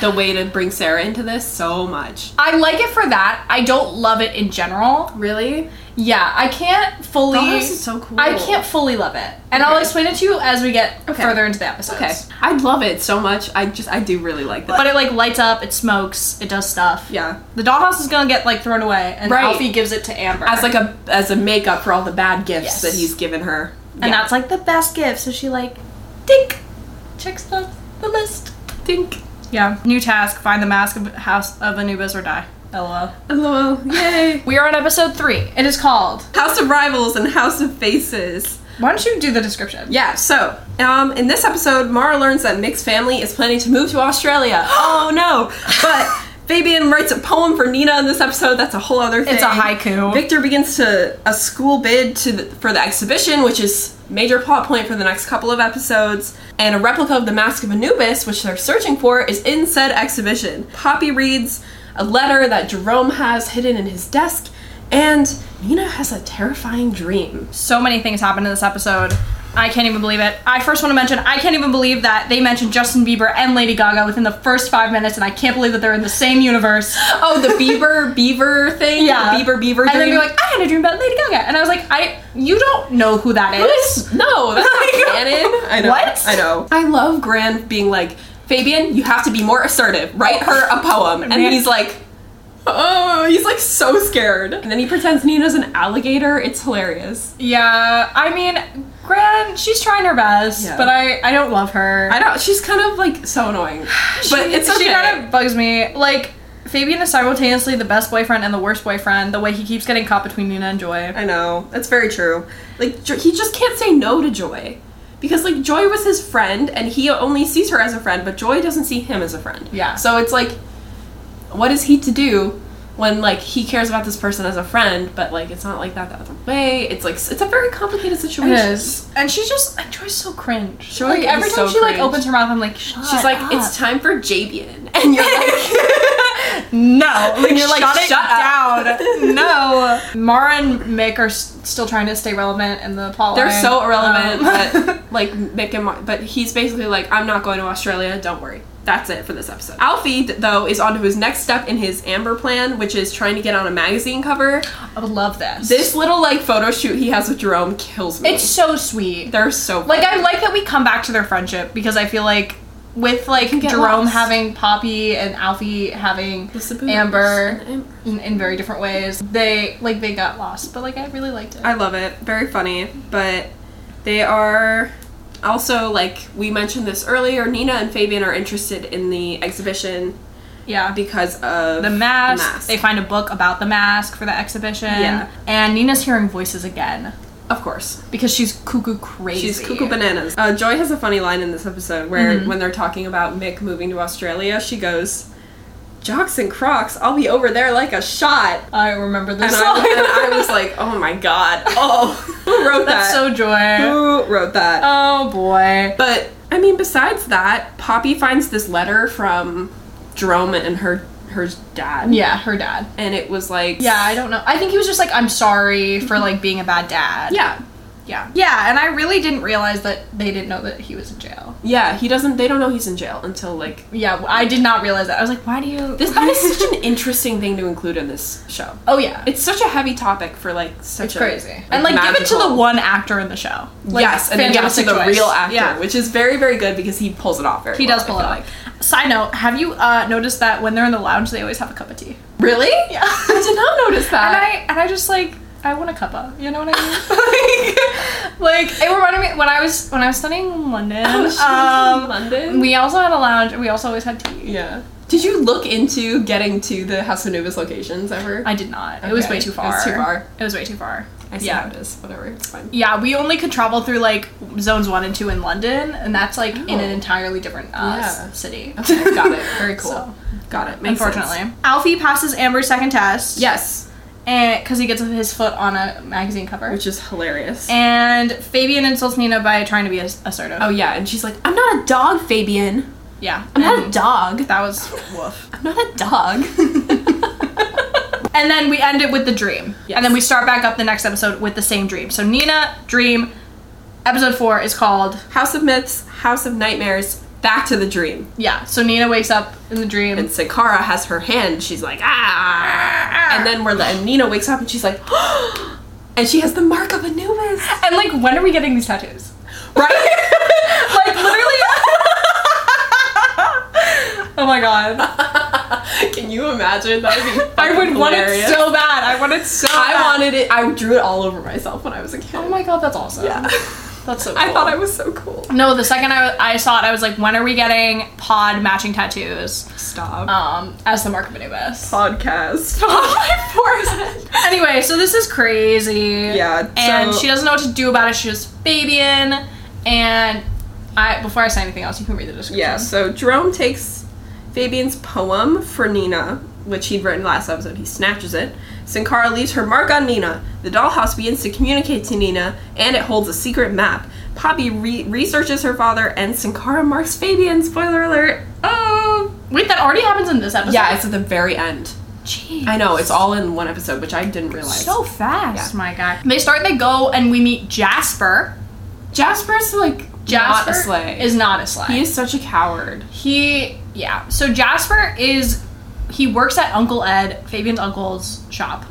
S2: the way to bring Sarah into this so much.
S1: I like it for that. I don't love it in general.
S2: Really?
S1: Yeah, I can't fully.
S2: Dollhouse is so cool.
S1: I can't fully love it, and I'll
S2: Okay.
S1: explain it to you as we get
S2: Okay.
S1: further into the episode.
S2: Okay. I love it so much. I just, I do really like that.
S1: But it like lights up, it smokes, it does stuff.
S2: yeah.
S1: The dollhouse is gonna get like thrown away, and
S2: Right.
S1: Alfie gives it to Amber
S2: As like a, as a makeup for all the bad gifts
S1: Yes.
S2: that he's given her.
S1: and that's like the best gift. So she like, dink, checks the the list.
S2: think.
S1: Yeah. New task: find the mask of House of Anubis or die. LOL.
S2: Hello. Yay.
S1: We are on episode three. It is called.
S2: House of Rivals and House of Faces.
S1: Why don't you do the description?
S2: Yeah, so um, in this episode, Mara learns that Mick's family is planning to move to Australia. oh no! But Fabian writes a poem for Nina in this episode. That's a whole other thing.
S1: It's a haiku.
S2: Victor begins to a school bid to the, for the exhibition, which is major plot point for the next couple of episodes. And a replica of the Mask of Anubis, which they're searching for, is in said exhibition. Poppy reads a letter that Jerome has hidden in his desk, and Nina has a terrifying dream.
S1: so many things happened in this episode. I can't even believe it. I first want to mention I can't even believe that they mentioned Justin Bieber and Lady Gaga within the first five minutes, and I can't believe that they're in the same universe.
S2: Oh, the beaver beaver thing.
S1: Yeah,
S2: the beaver beaver.
S1: And then
S2: dream.
S1: you're like, I had a dream about Lady Gaga, and I was like, I you don't know who that is.
S2: no, that's not canon. I know.
S1: What?
S2: I know. I love Gran being like, Fabian, you have to be more assertive. Write her a poem, and
S1: Man.
S2: he's like. Oh, he's like so scared. And then he pretends Nina's an alligator. It's hilarious.
S1: Yeah, I mean, Gran, she's trying her best,
S2: Yeah.
S1: but I I don't love her.
S2: I don't. She's kind of like so annoying, but
S1: She-
S2: it's okay.
S1: she kind of bugs me. Like Fabian is simultaneously the best boyfriend and the worst boyfriend. The way he keeps getting caught between Nina and Joy.
S2: I know. That's very true. Like Jo- he just can't say no to Joy. Because like Joy was his friend and he only sees her as a friend, but Joy doesn't see him as a friend.
S1: Yeah.
S2: So it's like what is he to do when like he cares about this person as a friend, but like it's not like that the other way. It's like it's a very complicated situation.
S1: It is. And she just and Joy's so cringe.
S2: Joy
S1: like
S2: is
S1: every time
S2: so
S1: she like
S2: cringe.
S1: opens her mouth, I'm like, Shut
S2: She's like, it's time for Jabian. And you're like
S1: no. Like,
S2: And you're like,
S1: shut, it
S2: "Shut up."
S1: down. no. Mara and Mick are s- still trying to stay relevant in the plot.
S2: They're
S1: line.
S2: so irrelevant,
S1: Um,
S2: but like Mick and Mar- but he's basically like, I'm not going to Australia. Don't worry. That's it for this episode. Alfie th- though is onto his next step in his Amber plan, which is trying to get on a magazine cover.
S1: I would love this.
S2: This little like photo shoot he has with Jerome kills me.
S1: it's so sweet.
S2: they're so
S1: like I like that we come back to their friendship because I feel like with like
S2: get
S1: Jerome
S2: lost.
S1: having Poppy and Alfie having
S2: The Saboons
S1: Amber
S2: and Amber.
S1: in, in very different ways, they like they got lost. But like I really liked it.
S2: I love it. Very funny, but they are also like we mentioned this earlier. Nina and Fabian are interested in the exhibition
S1: yeah.
S2: because of
S1: the mask.
S2: The mask.
S1: They find a book about the mask for the exhibition.
S2: Yeah.
S1: And Nina's hearing voices again.
S2: Of course.
S1: because she's cuckoo crazy.
S2: She's cuckoo bananas. Uh, Joy has a funny line in this episode where,
S1: Mm-hmm.
S2: when they're talking about Mick moving to Australia, she goes, Jocks and Crocs, I'll be over there like a shot.
S1: I remember
S2: And
S1: this.
S2: I,
S1: line.
S2: and I was like, oh my god. Oh, who wrote
S1: That's
S2: that?
S1: so joy.
S2: who wrote that?
S1: Oh boy.
S2: But I mean, besides that, Poppy finds this letter from Jerome and her her dad,
S1: Yeah, her dad.
S2: and it was like,
S1: Yeah, I don't know. I think he was just like, I'm sorry for like being a bad dad.
S2: yeah,
S1: Yeah. Yeah, and I really didn't realize that they didn't know that he was in jail.
S2: yeah. He doesn't. They don't know he's in jail until like
S1: Yeah, I did not realize that. I was like, why do you
S2: this. That is such an interesting thing to include in this show.
S1: Oh yeah.
S2: It's such a heavy topic for like such
S1: It's
S2: a
S1: crazy. and like give it to the
S2: magical-
S1: one actor in the show. Like,
S2: yes, and then give it to
S1: fantastic
S2: the
S1: choice.
S2: real actor,
S1: Yeah.
S2: which is very very good because he pulls it off very.
S1: He
S2: well,
S1: does
S2: I
S1: pull it
S2: feel
S1: off. Side note, have you uh, noticed that when they're in the lounge they always have a cup of tea? Uh,
S2: like. Really?
S1: Yeah.
S2: I did not notice
S1: and
S2: that.
S1: I and I just like I want a cuppa. You know what I mean? like, like it reminded me when I was when I was studying in London.
S2: Oh, she was in
S1: um,
S2: London?
S1: We also had a lounge and we also always had tea.
S2: yeah. Did you look into getting to the House of Novus locations ever?
S1: I did not. It was
S2: Okay.
S1: way too
S2: It
S1: far.
S2: was too far.
S1: It was way too far.
S2: I see
S1: yeah.
S2: how it is. Whatever, it's fine.
S1: Yeah, we only could travel through like zones one and two in London, and that's like in
S2: Oh.
S1: an entirely different uh, s-
S2: Yeah.
S1: city.
S2: Got it. Very cool.
S1: So,
S2: Got it. Makes
S1: Unfortunately,
S2: sense.
S1: Alfie passes Amber's second test.
S2: Yes.
S1: and because he gets his foot on a magazine cover.
S2: Which is hilarious.
S1: and Fabian insults Nina by trying to be as- assertive.
S2: oh yeah, and she's like, I'm not a dog, Fabian.
S1: yeah,
S2: I'm not a
S1: and
S2: dog.
S1: That was woof.
S2: I'm not a dog.
S1: And then we end it with the dream.
S2: Yes.
S1: And then we start back up the next episode with the same dream. So Nina, dream. Episode four is called
S2: House of Myths, House of Nightmares, back to the dream.
S1: yeah. So Nina wakes up in the dream.
S2: And Sakara has her hand, she's like, ah and then we're and Nina wakes up and she's like, and she has the mark of Anubis.
S1: and like, when are we getting these tattoos?
S2: Right?
S1: Like literally. oh my god.
S2: Can you imagine? That would be
S1: I would
S2: fucking
S1: want it
S2: hilarious.
S1: so bad. I want it so.
S2: I
S1: bad.
S2: wanted it. I drew it all over myself when I was a kid.
S1: Oh my god, that's awesome.
S2: Yeah.
S1: That's so. Cool.
S2: I thought I was so cool.
S1: No, the second I, I saw it, I was like, when are we getting pod matching tattoos?
S2: Stop.
S1: Um, as the mark of Anubis.
S2: Podcast. my forehead.
S1: Anyway, so this is crazy.
S2: Yeah,
S1: And
S2: so-
S1: she doesn't know what to do about it. She just Fabian. And I before I say anything else, you can read the description.
S2: Yeah, so Jerome takes Fabian's poem for Nina, which he'd written last episode. He snatches it. Sankara leaves her mark on Nina. The dollhouse begins to communicate to Nina, and it holds a secret map. Poppy re- researches her father, and Sankara marks Fabian. Spoiler alert. Oh!
S1: Wait, that already happens in this episode.
S2: Yeah, it's at the very end.
S1: Jeez.
S2: I know, it's all in one episode, which I didn't realize.
S1: So fast, my guy. They start. They go, and we meet Jasper.
S2: Jasper's like
S1: Jasper
S2: not a slay.
S1: is not a sleigh.
S2: he is such a coward.
S1: He, yeah. So Jasper is, he works at Uncle Ed, Fabian's uncle's shop.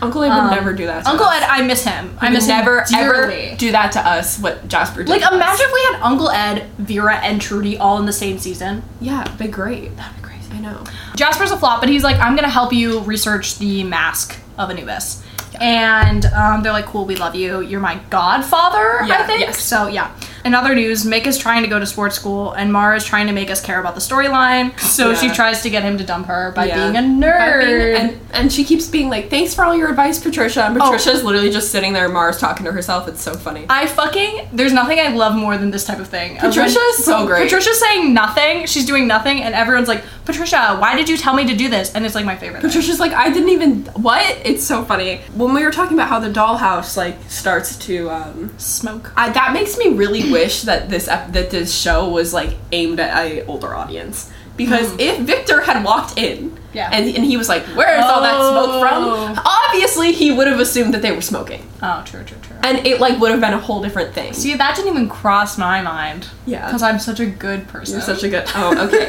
S2: Uncle Abe
S1: Um,
S2: Mm-hmm. would never do that. To
S1: Uncle
S2: us.
S1: Ed, I miss him. I
S2: He would
S1: miss
S2: never
S1: him dearly.
S2: ever do that to us. What Jasper did.
S1: like,
S2: to us.
S1: imagine if we had Uncle Ed, Vera, and Trudy all in the same season.
S2: Yeah, it'd be great.
S1: That'd be crazy.
S2: I know.
S1: Jasper's a flop, but he's like, I'm gonna help you research the mask of Anubis. And um, they're like, cool, we love you. You're my godfather, I
S2: Yeah,
S1: think.
S2: yes.
S1: So, yeah. In other news, Mick is trying to go to sports school, and Mara is trying to make us care about the storyline. So she
S2: Yeah.
S1: tries to get him to dump her by
S2: Yeah.
S1: being a nerd. Oh.
S2: By being- and, and she keeps being like, thanks for all your advice, Patricia. And Patricia's literally just sitting there, Mars talking to herself. It's so funny.
S1: I fucking there's nothing I love more than this type of thing. Of
S2: Patricia is so great.
S1: Patricia's saying nothing. She's doing nothing, and everyone's like, "Patricia, why did you tell me to do this?" And it's like my favorite. thing.
S2: Patricia's like, I didn't even. What? It's so funny. When we were talking about how the dollhouse, like, starts to. um
S1: Smoke.
S2: I, that makes me really wish that this ep- that this show was like aimed at a older audience because if Victor had walked in
S1: Hmm. Yeah.
S2: and, and he was like where is all that smoke from
S1: Oh.
S2: obviously he would have assumed that they were smoking
S1: Oh, true, true, true.
S2: and it like would have been a whole different thing.
S1: See, that didn't even cross my mind.
S2: Yeah.
S1: Because I'm such a good person.
S2: You're such a good. Oh, okay.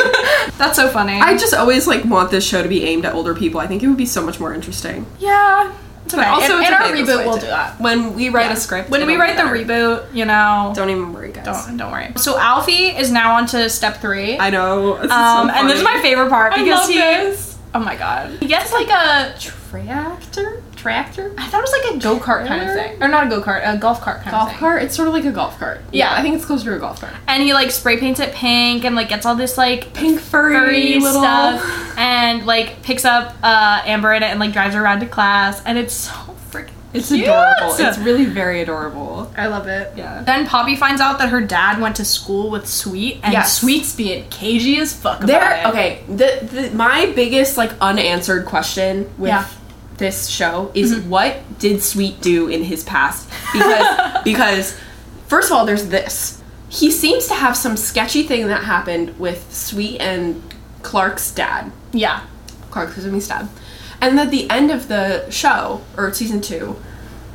S1: That's so funny.
S2: I just always like want this show to be aimed at older people. I think it would be so much more interesting.
S1: yeah. It's okay.
S2: also,
S1: in,
S2: it's
S1: in our
S2: okay this way,
S1: reboot, we'll
S2: too.
S1: do that.
S2: When we write
S1: Yeah.
S2: a script,
S1: When we
S2: it'll be
S1: write the
S2: better.
S1: reboot, you know.
S2: don't even worry, guys.
S1: Don't don't worry. So Alfie is now on to step three.
S2: I know. This is
S1: um,
S2: so
S1: and this is my
S2: funny.
S1: favorite part
S2: I
S1: because
S2: love
S1: he.
S2: this.
S1: Oh my god. He gets like a
S2: tractor, tractor,
S1: I thought it was like a go kart kind of thing, or not a go kart, a golf cart kind of
S2: golf
S1: thing.
S2: cart. It's sort of like a golf cart.
S1: Yeah.
S2: I think it's closer to a golf cart.
S1: And he like spray paints it pink and like gets all this like
S2: Pink furry,
S1: furry
S2: little.
S1: stuff, and like picks up uh, Amber in it and like drives her around to class, and it's so freaking
S2: It's
S1: Cute.
S2: adorable. It's really very adorable.
S1: I love it.
S2: Yeah.
S1: Then Poppy finds out that her dad went to school with Sweet, and
S2: Yes.
S1: Sweet's being cagey as fuck about
S2: There.
S1: it.
S2: Okay. The, the my biggest like unanswered question with
S1: Yeah.
S2: this show is what did Sweet do in his past? Because because first of all, there's this. He seems to have some sketchy thing that happened with Sweet and Clark's dad.
S1: Yeah.
S2: Clark Kuzumi's dad. And at the end of the show, or season two,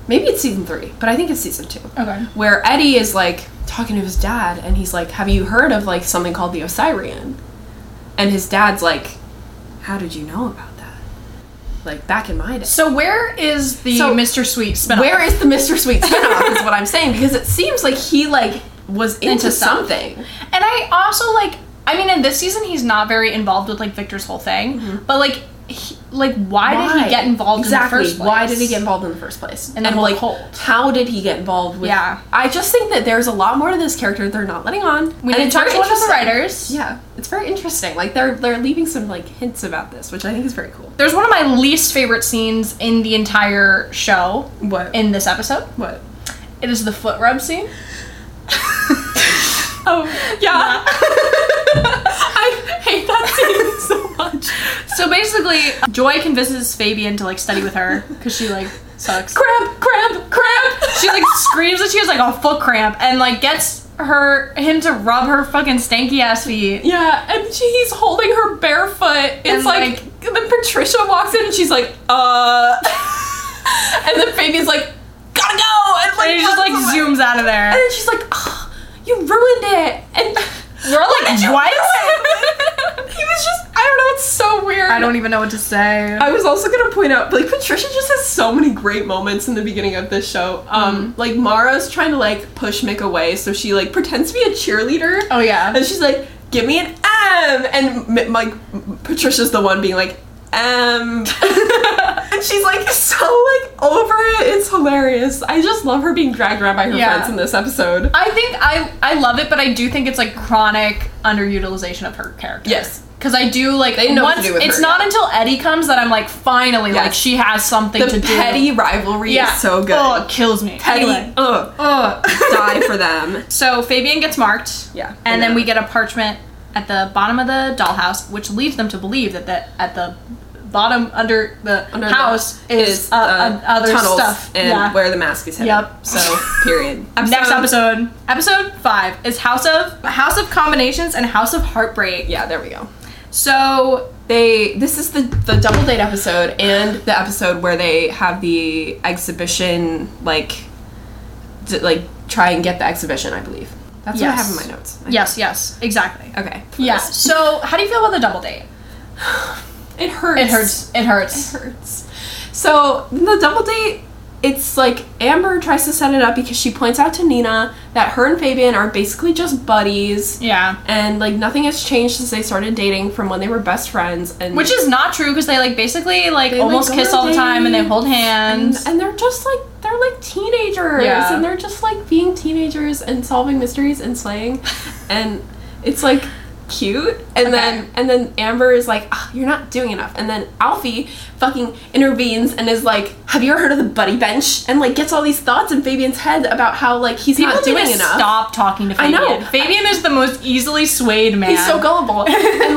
S2: maybe it's season three, but I think it's season two.
S1: Okay.
S2: Where Eddie is like talking to his dad and he's like, Have you heard of like something called the Osirian? And his dad's like, How did you know about that? Like back in my day.
S1: So where is the
S2: So-
S1: Mr. Sweet spinoff?
S2: Where is the Mr. Sweet spinoff is what I'm saying, because it seems like he like was into,
S1: Into something.
S2: something.
S1: And I also like. I mean, in this season, he's not very involved with like Victor's whole thing,
S2: Mm-hmm.
S1: but like, he, like why, did he get involved
S2: exactly.
S1: in the first place?
S2: Why did he get involved in the first place?
S1: And then we'll
S2: like,
S1: hold.
S2: how did he get involved with?
S1: Yeah.
S2: I just think that there's a lot more to this character they're not letting on.
S1: We
S2: and
S1: need to
S2: it's
S1: talk
S2: very
S1: to one of the
S2: interesting.
S1: writers.
S2: Yeah, it's very interesting. Like they're they're leaving some like hints about this, which I think is very cool.
S1: There's one of my least favorite scenes in the entire show.
S2: What?
S1: In this episode,
S2: What?
S1: it is the foot rub scene.
S2: Oh yeah. I hate that scene so much.
S1: So basically, Joy convinces Fabian to like study with her because she like sucks.
S2: Cramp, cramp, cramp.
S1: She like screams that she has like a foot cramp and like gets her him to rub her fucking stanky ass feet.
S2: Yeah, and she, he's holding her barefoot. It's
S1: And,
S2: like, then Patricia walks in and she's like, uh, and then Fabian's like, gotta go, and like
S1: And he just like
S2: runs away.
S1: zooms out of
S2: and
S1: there.
S2: then she's like, oh, you ruined it, and
S1: We're all
S2: What
S1: like,
S2: did you
S1: what?
S2: do? he was just, I don't know, it's so weird.
S1: I don't even know what to say.
S2: I was also gonna point out, like Patricia just has so many great moments in the beginning of this show.
S1: Mm-hmm.
S2: Um, like Mara's trying to like push Mick away, so she like pretends to be a cheerleader.
S1: Oh yeah.
S2: And she's like, give me an M. And M- like, Patricia's the one being like, M. and she's like, so like over it. It's hilarious. I just love her being dragged around by her
S1: Yeah.
S2: friends in this episode.
S1: I think I I love it, but I do think it's like chronic underutilization of her character.
S2: Yes.
S1: Because I do like
S2: They know what to
S1: once
S2: do with
S1: it's
S2: her,
S1: not
S2: yeah.
S1: until Eddie comes that I'm like finally
S2: Yes.
S1: like she has something
S2: The
S1: to
S2: petty
S1: do.
S2: rivalry is so good.
S1: Oh, it kills me.
S2: petty.
S1: Anyway.
S2: Ugh.
S1: Ugh.
S2: Die for them.
S1: So Fabian gets marked.
S2: Yeah.
S1: And then we get a parchment at the bottom of the dollhouse, which leads them to believe that the, at the bottom under the
S2: Under the-
S1: house is uh,
S2: uh,
S1: uh, other
S2: tunnels
S1: stuff.
S2: and
S1: yeah.
S2: where the mask is headed.
S1: Yep.
S2: So period.
S1: Next episode, episode five is House of House of Combinations and House of Heartbreak.
S2: Yeah, there we go.
S1: So
S2: they this is the the double date episode and the episode where they have the exhibition like d- like try and get the exhibition i believe that's what i have
S1: Yes.
S2: in my notes
S1: yes, yes, exactly.
S2: okay
S1: Yeah. So how do you feel about the double date?
S2: it hurts
S1: It hurts. It hurts.
S2: hurts so the double date it's like amber tries to set it up because she points out to nina that her and fabian are basically just buddies
S1: Yeah.
S2: and like nothing has changed since they started dating from when they were best friends and
S1: Which is not true because they like basically like
S2: They, like,
S1: almost
S2: go
S1: kiss
S2: on a
S1: all the time and they
S2: date,
S1: hold hands.
S2: and, and they're just like they're like teenagers
S1: Yeah.
S2: and they're just like being teenagers and solving mysteries and slaying and it's like cute and then and then amber is like "Ah, you're not doing enough and then alfie fucking intervenes and is like have you ever heard of the buddy bench and like gets all these thoughts in fabian's head about how like he's
S1: People
S2: not doing
S1: need to
S2: enough
S1: stop talking to
S2: I
S1: Fabian.
S2: know.
S1: Fabian is the most easily swayed man.
S2: He's so gullible and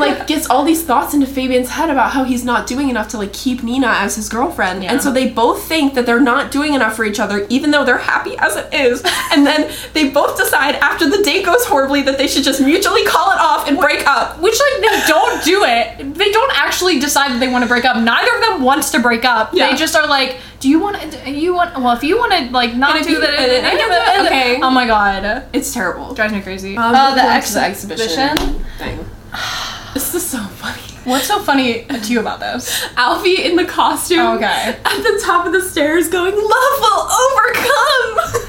S2: like gets all these thoughts into Fabian's head about how he's not doing enough to like keep Nina as his girlfriend.
S1: Yeah.
S2: And so they both think that they're not doing enough for each other, even though they're happy as it is. And then they both decide after the date goes horribly that they should just mutually call it off and break up.
S1: Which like they don't do it. They don't actually decide that they want to break up. Neither of them wants to break up.
S2: Yeah.
S1: They just are like, do you want to? You want? Well, if you want to like not
S2: And if
S1: do
S2: you-
S1: that,
S2: and- and- and- okay.
S1: Oh my god,
S2: It's terrible.
S1: drives me crazy.
S2: Um,
S1: uh, the,
S2: going to
S1: ex- exhibition.
S2: thing. This is so funny.
S1: What's so funny to you about this?
S2: Alfie in the costume
S1: Okay.
S2: at the top of the stairs going, Love will overcome!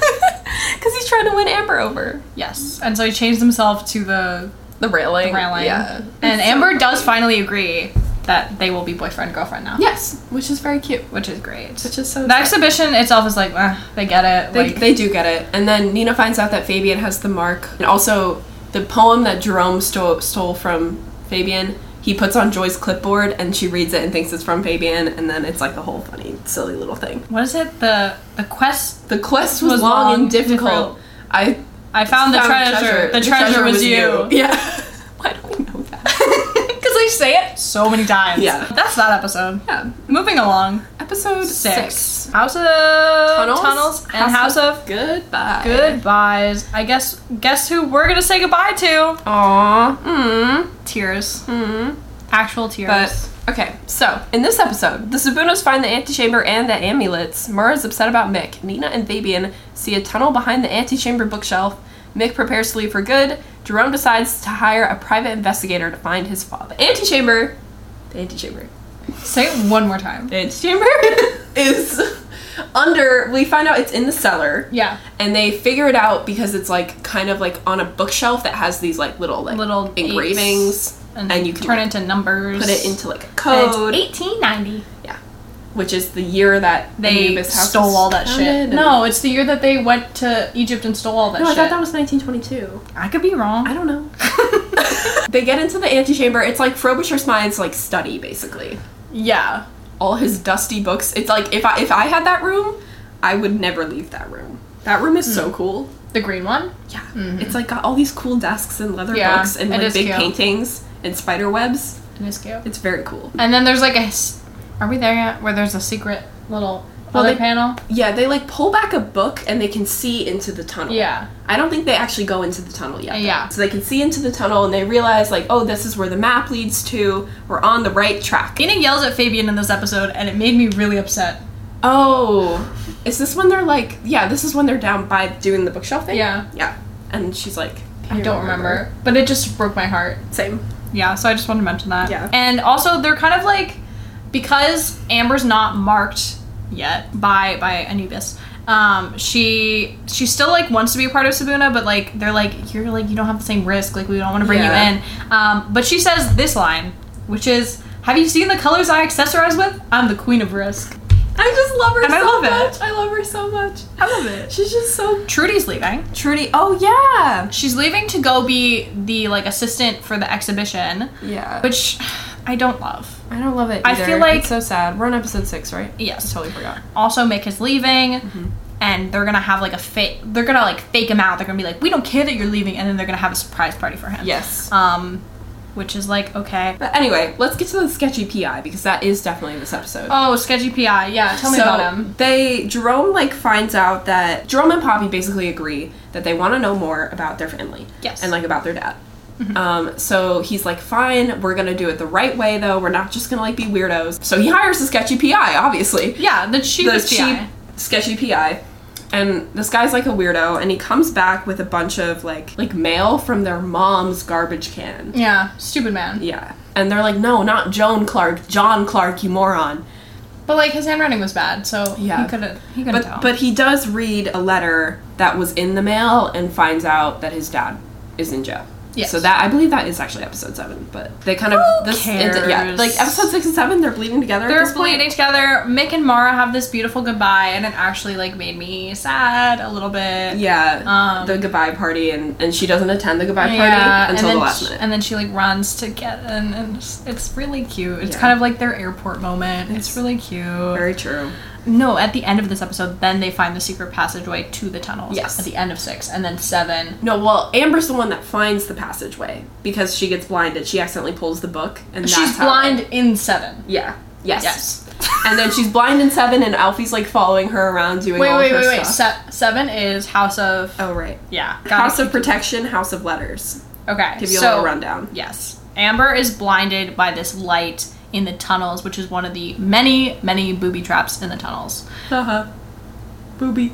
S2: Because he's trying to win Amber over.
S1: Yes, and so he changed himself to the
S2: The railing.
S1: railing.
S2: Yeah.
S1: and Amber does finally agree that they will be boyfriend girlfriend now.
S2: Yes, which is very cute.
S1: which is great.
S2: Which is so
S1: The exhibition itself is like, eh, they get it.
S2: they,
S1: like,
S2: they do get it. And then Nina finds out that Fabian has the mark. And also, the poem that Jerome stole, stole from Fabian, he He puts on Joy's clipboard and she reads it and thinks it's from Fabian, and then it's like a whole funny, silly little thing.
S1: What is it? The the quest.
S2: The quest was,
S1: Was
S2: long,
S1: long,
S2: and difficult.
S1: difficult.
S2: I
S1: I found, the, treasure. The, treasure. was, you.
S2: Yeah. Why do we know that?
S1: Because they say it so many times.
S2: Yeah.
S1: That's that episode.
S2: Yeah.
S1: Moving along.
S2: Episode
S1: Six.
S2: six.
S1: House of
S2: Tunnels,
S1: Tunnels, and House, of
S2: Goodbye.
S1: Goodbyes. I guess guess who we're gonna say goodbye to? Mm-hmm.
S2: Aww. Mm.
S1: Tears.
S2: Mm.
S1: Actual tears.
S2: But okay, so in this episode, the Sabunos find the antechamber and the amulets. Mara is upset about Mick. Nina and Fabian see a tunnel behind the antechamber bookshelf. Mick prepares to leave for good. Jerome decides to hire a private investigator to find his father. Antechamber, the antechamber,
S1: say it one more time.
S2: the antechamber is under. We find out it's in the cellar.
S1: Yeah.
S2: And they figure it out because it's like kind of like on a bookshelf that has these like little like
S1: Little
S2: engravings, and, you can
S1: turn
S2: like,
S1: into numbers.
S2: put it into like a
S1: And
S2: code.
S1: It's 1890.
S2: Yeah. Which is the year that
S1: They
S2: Anubis House
S1: stole
S2: was
S1: all that shit.
S2: founded,
S1: No, it's the year that they went to Egypt and stole all that
S2: and- no, I
S1: shit.
S2: thought that was 1922.
S1: I could be wrong.
S2: I don't know. they get into the antechamber. It's like Frobisher's mind's like study, basically.
S1: yeah.
S2: All his dusty books. It's like if I if I had that room, I would never leave that room. That room is
S1: Hmm.
S2: so cool.
S1: The green one?
S2: Yeah, it's like got all these cool desks and leather
S1: Mm-hmm. Yeah,
S2: books and
S1: it
S2: like
S1: is
S2: big
S1: cute.
S2: paintings and spider webs.
S1: It is cute.
S2: It's very cool.
S1: And then there's like a. s- Are we there yet? Where there's a secret little
S2: Well,
S1: other
S2: they-
S1: panel?
S2: Yeah, they like pull back a book and they can see into the tunnel.
S1: Yeah.
S2: I don't think they actually go into the tunnel yet. though.
S1: Yeah.
S2: So they can see into the tunnel and they realize, like, oh, this is where the map leads to. We're on the right track.
S1: Nina yells at Fabian in this episode, and it made me really upset.
S2: Oh. Is this when they're like, yeah, this is when they're down by doing the bookshelf thing?
S1: Yeah.
S2: Yeah. And she's like,
S1: I don't remember, but it just broke my heart.
S2: Same.
S1: Yeah, so I just wanted to mention that.
S2: Yeah.
S1: And also, they're kind of like because Amber's not marked yet by by Anubis. Um, she she still like wants to be a part of Sabuna, but like they're like you're like you don't have the same risk. Like we don't want to bring
S2: Yeah.
S1: you in. Um, but she says this line, which is, "Have you seen the colors I accessorize with? I'm the queen of risk.
S2: I just love her
S1: And I
S2: so
S1: love it.
S2: much. I love her so much.
S1: I love it."
S2: She's just so
S1: Trudy's leaving.
S2: Trudy. Oh, yeah.
S1: She's leaving to go be the like assistant for the exhibition,
S2: Yeah. But
S1: which I don't love.
S2: I don't love it.
S1: I
S2: either.
S1: feel like-
S2: It's so sad. We're on episode six, right?
S1: Yes.
S2: Totally forgot.
S1: also Mick is leaving
S2: Mm-hmm.
S1: and they're gonna have like a fake they're gonna like fake him out. They're gonna be like, We don't care that you're leaving and then they're gonna have a surprise party for him.
S2: Yes.
S1: Um which is like okay.
S2: But anyway, let's get to the sketchy PI because that is definitely this episode.
S1: Oh, sketchy PI, yeah, tell me
S2: so
S1: about him.
S2: They Jerome like finds out that Jerome and Poppy basically agree that they want to know more about their family.
S1: Yes.
S2: And like about their dad. Um, so he's like, fine, we're gonna do it the right way though. We're not just gonna like be weirdos. So he hires a sketchy PI, obviously.
S1: Yeah, the
S2: The
S1: cheapest
S2: cheap,
S1: PI.
S2: sketchy PI. And this guy's like a weirdo, and he comes back with a bunch of like like mail from their mom's garbage can.
S1: Yeah, stupid man.
S2: Yeah. And they're like, no, not Joan Clark, John Clark, you moron.
S1: But like his handwriting was bad, so
S2: Yeah.
S1: he couldn't he couldn't tell.
S2: But but he does read a letter that was in the mail and finds out that his dad is in jail.
S1: Yes.
S2: So that I believe that is actually episode seven, but they kind of
S1: Who
S2: this yeah,
S1: cares?
S2: like episode six and seven, they're bleeding together. at
S1: they're
S2: this point.
S1: bleeding together. Mick and Mara have this beautiful goodbye, and it actually like made me sad a little bit.
S2: Yeah,
S1: Um,
S2: the goodbye party, and, and she doesn't attend the goodbye party
S1: Yeah,
S2: until
S1: and
S2: the
S1: then
S2: last
S1: she,
S2: minute.
S1: And then she like runs to get and, and it's, it's really cute. It's
S2: Yeah.
S1: kind of like their airport moment. It's,
S2: It's
S1: really cute.
S2: Very true.
S1: no, at the end of this episode, then they find the secret passageway to the tunnels.
S2: Yes.
S1: At the end of six, and then seven.
S2: No, well, Amber's the one that finds the passageway because she gets blinded. She accidentally pulls the book, and
S1: She's
S2: that's how-
S1: blind in seven.
S2: Yeah. Yes.
S1: Yes.
S2: and then she's blind in seven, and Alfie's like following her around doing
S1: wait,
S2: all
S1: wait,
S2: of her
S1: wait, wait.
S2: stuff.
S1: Se- seven is House of.
S2: oh right.
S1: Yeah. got
S2: House
S1: it.
S2: of Protection, House of Letters.
S1: Okay.
S2: Give you
S1: so,
S2: a little rundown.
S1: Yes. Amber is blinded by this light in the tunnels, which is one of the many, many booby traps in the tunnels. uh-huh.
S2: Haha. Booby.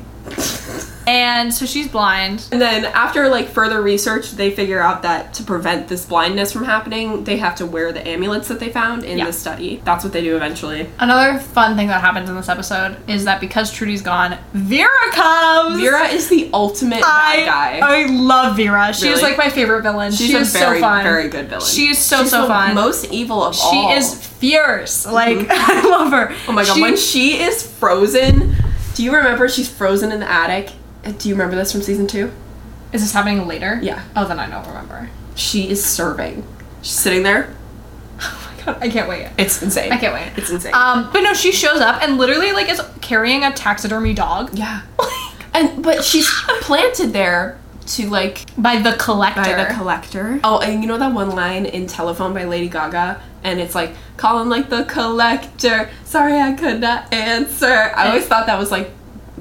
S1: And so she's blind.
S2: And then after like further research, they figure out that to prevent this blindness from happening, they have to wear the amulets that they found in
S1: Yeah.
S2: the study. That's what they do eventually.
S1: Another fun thing that happens in this episode is that because Trudy's gone, Vera comes.
S2: Vera is the ultimate
S1: I,
S2: bad guy.
S1: I love Vera. She is
S2: Really?
S1: like my favorite villain.
S2: She's
S1: she
S2: a
S1: is
S2: very,
S1: so fun.
S2: very good villain.
S1: She is so
S2: She's
S1: so
S2: the
S1: fun.
S2: Most evil of
S1: she
S2: all. Mm-hmm.
S1: is fierce. Like I love her.
S2: Oh my god!
S1: She-
S2: when she is frozen, do you remember she's frozen in the attic? Uh, Do you remember this from season two?
S1: is this happening later?
S2: Yeah.
S1: Oh, then I don't remember.
S2: She is serving. She's sitting there.
S1: Oh god, I can't wait.
S2: It's insane.
S1: I can't wait.
S2: It's insane.
S1: Um, but no, she shows up and literally like is carrying a taxidermy dog.
S2: yeah.
S3: And but she's planted there to like
S1: by the collector.
S2: By the collector. Oh, and you know that one line in Telephone by Lady Gaga? And it's like, call him like the collector. Sorry I could not answer. I always thought that was like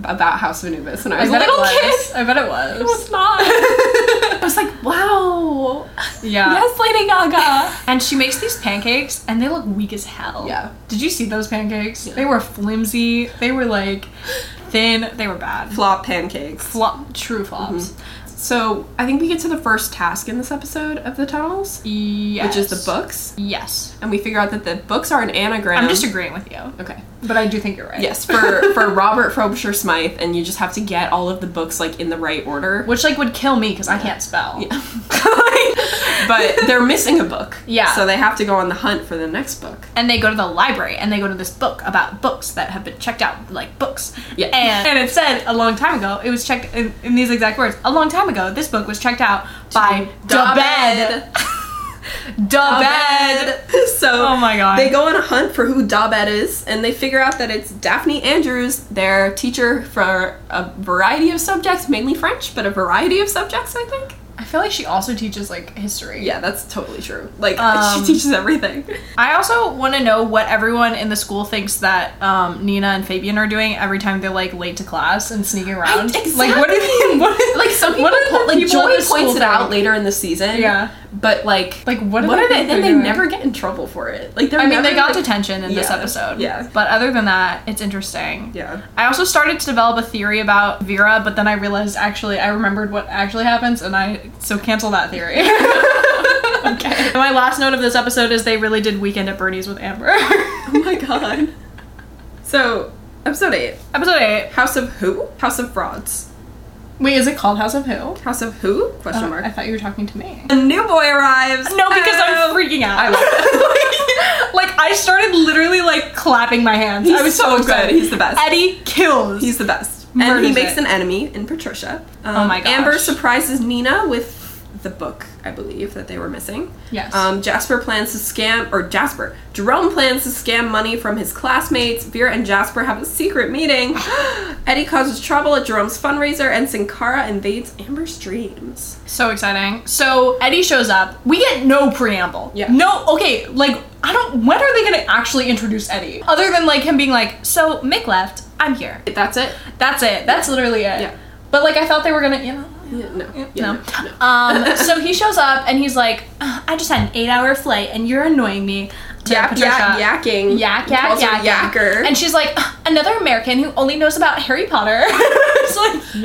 S2: about House of Anubis when I
S1: I
S2: was a
S1: bet it
S2: little
S1: was.
S2: kid.
S1: I bet it was.
S2: not.
S3: I was like, wow.
S1: Yeah.
S3: Yes, Lady Gaga.
S1: And she makes these pancakes and they look weak as hell.
S2: Yeah.
S1: Did you see those pancakes? They were flimsy. They were like thin. They were bad.
S2: Flop pancakes.
S1: Flop, true flops.
S2: So I think we get to the first task in this episode of the tunnels,
S1: Yes.
S2: which is the books.
S1: Yes.
S2: And we figure out that the books are an anagram.
S1: I'm just agreeing with you,
S2: Okay.
S1: Um, but I do think you're right.
S2: Yes, for, for Robert Frobisher Smythe, and you just have to get all of the books like in the right order.
S1: Which like would kill me because I can't spell.
S2: but they're missing a book.
S1: Yeah.
S2: So they have to go on the hunt for the next book.
S1: And they go to the library and they go to this book about books that have been checked out, like books.
S2: Yeah.
S1: And, and it said a long time ago, it was checked in, in these exact words. A long time ago, this book was checked out by Da Bed. Da Bed.
S2: So
S1: Oh my God.
S2: They go on a hunt for who Dabed is, and they figure out that it's Daphne Andrews, their teacher for a variety of subjects, mainly French, but a variety of subjects, I think.
S1: I feel like she also teaches like history.
S2: Yeah, that's totally true. Like
S1: Um,
S2: she teaches everything.
S1: I also want to know what everyone in the school thinks that um, Nina and Fabian are doing every time they're like late to class and sneaking around. Like what are they? What are,
S2: like some people,
S1: what are the
S2: po- like
S1: people in
S2: Joey
S1: the
S2: points
S1: school
S2: it out
S1: think?
S2: later in the season.
S1: Yeah.
S2: but like,
S1: Like, what do
S2: what
S1: they
S2: are they?
S1: think
S2: Then
S1: they're
S2: they
S1: doing?
S2: never get in trouble for it. Like, they're
S1: I mean,
S2: never,
S1: they got
S2: like-
S1: detention in this
S2: Yeah,
S1: episode.
S2: Yeah,
S1: But other than that, it's interesting.
S2: yeah.
S1: I also started to develop a theory about Vera, but then I realized actually I remembered what actually happens, and I so cancel that theory. okay. My last note of this episode is they really did Weekend at Bernie's with Amber.
S2: Oh my god. So, episode 8
S1: episode eight.
S2: House of Who? House of Frauds.
S1: Wait, is it called House of Who?
S2: House of Who? Question
S1: Oh,
S2: mark.
S1: I thought you were talking to me.
S2: a new boy arrives.
S1: No, because
S2: Oh.
S1: I'm freaking out. like I started literally like clapping my hands.
S2: He's
S1: I was so,
S2: so good.
S1: excited.
S2: He's the best.
S1: Eddie kills.
S2: He's the best. and
S1: Murders
S2: he makes
S1: it.
S2: an enemy in Patricia. Um,
S1: Oh my gosh.
S2: Amber surprises Nina with the book, I believe, that they were missing.
S1: Yes.
S2: Um, Jasper plans to scam, or Jasper. Jerome plans to scam money from his classmates. Vera and Jasper have a secret meeting. Eddie causes trouble at Jerome's fundraiser, and Sinkara invades Amber's dreams.
S1: so exciting. So Eddie shows up. We get no preamble.
S2: Yeah.
S1: No. Okay. Like I don't. When are they gonna actually introduce Eddie? Other than like him being like, so Mick left. I'm here.
S2: That's it?
S1: That's it. That's literally it.
S2: Yeah.
S1: But like I thought they were gonna, you know.
S2: Yeah, no. Yeah,
S1: no.
S2: no.
S1: Um, so he shows up and he's like, "Ugh, I just had an eight hour flight and you're annoying me. To
S2: Yap,
S1: Patricia.
S2: yak, yakking.
S1: Yak,
S2: He
S1: yak,
S2: calls her
S1: yak.
S2: Yacker.
S1: And she's like, "Ugh, another American who only knows about Harry Potter. it's like,
S2: Rude,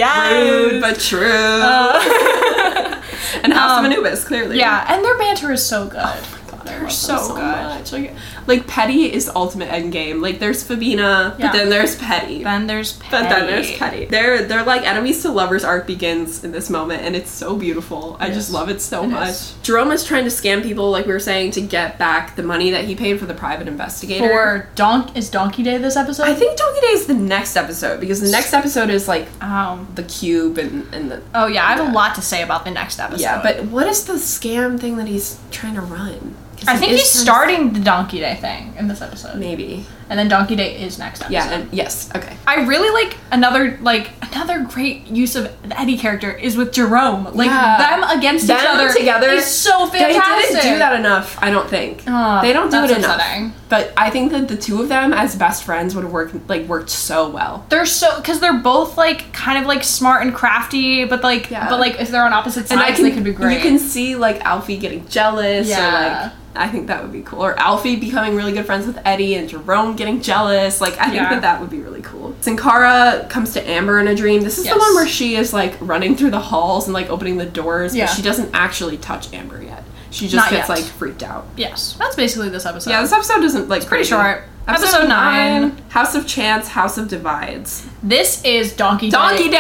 S1: yes.
S2: but true.
S1: Uh,
S2: and House
S1: um,
S2: of Anubis, clearly.
S1: yeah, and their banter is so good.
S2: Oh
S1: They're so,
S2: so
S1: good.
S2: much. Like, like Petty is the ultimate endgame. Like there's Fabina,
S1: Yeah.
S2: but then there's Petty.
S1: Then there's Petty.
S2: but then there's Petty. They're they're like enemies to lovers arc begins in this moment, and it's so beautiful. I just
S1: is.
S2: love it so
S1: It
S2: much.
S1: is.
S2: Jerome is trying to scam people, like we were saying, to get back the money that he paid for the private investigator.
S1: Or Donk is Donkey Day this episode?
S2: I think Donkey Day is the next episode because the next episode is like
S1: Um,
S2: the cube and and the
S1: oh yeah, I have
S2: Yeah.
S1: a lot to say about the next episode.
S2: yeah. But what is the scam thing that he's trying to run? 'Cause
S1: I
S2: he
S1: think
S2: is
S1: he's
S2: trying to-
S1: starting the Donkey Day thing in this episode.
S2: maybe.
S1: And then Donkey Day is next episode.
S2: Yeah. And, yes. Okay.
S1: I really like another like another great use of the Eddie character is with Jerome. Like
S2: Yeah.
S1: them against each
S2: Them
S1: other
S2: together.
S1: is so fantastic.
S2: They didn't do that enough, I don't think.
S1: Ugh,
S2: they don't do
S1: that's
S2: it enough.
S1: upsetting.
S2: But I think that the two of them as best friends would have worked like worked so well.
S1: They're so because they're both like kind of like smart and crafty, but like
S2: Yeah.
S1: but like if they're on opposite sides, they could be great.
S2: You can see like Alfie getting jealous.
S1: Yeah.
S2: Or, like, I think that would be cool. Or Alfie becoming really good friends with Eddie and Jerome getting jealous. Like, I think
S1: Yeah.
S2: that that would be really cool. Sinkara comes to Amber in a dream. This is
S1: Yes.
S2: the one where she is like running through the halls and like opening the doors,
S1: Yeah.
S2: but she doesn't actually touch Amber yet. She just
S1: Not
S2: gets
S1: yet.
S2: like freaked out.
S1: yes, that's basically this episode.
S2: Yeah, this episode isn't like
S1: pretty
S2: crazy.
S1: short. Episode nine.
S2: House of Chance, House of Divides.
S1: This is Donkey Day
S2: Donkey Day!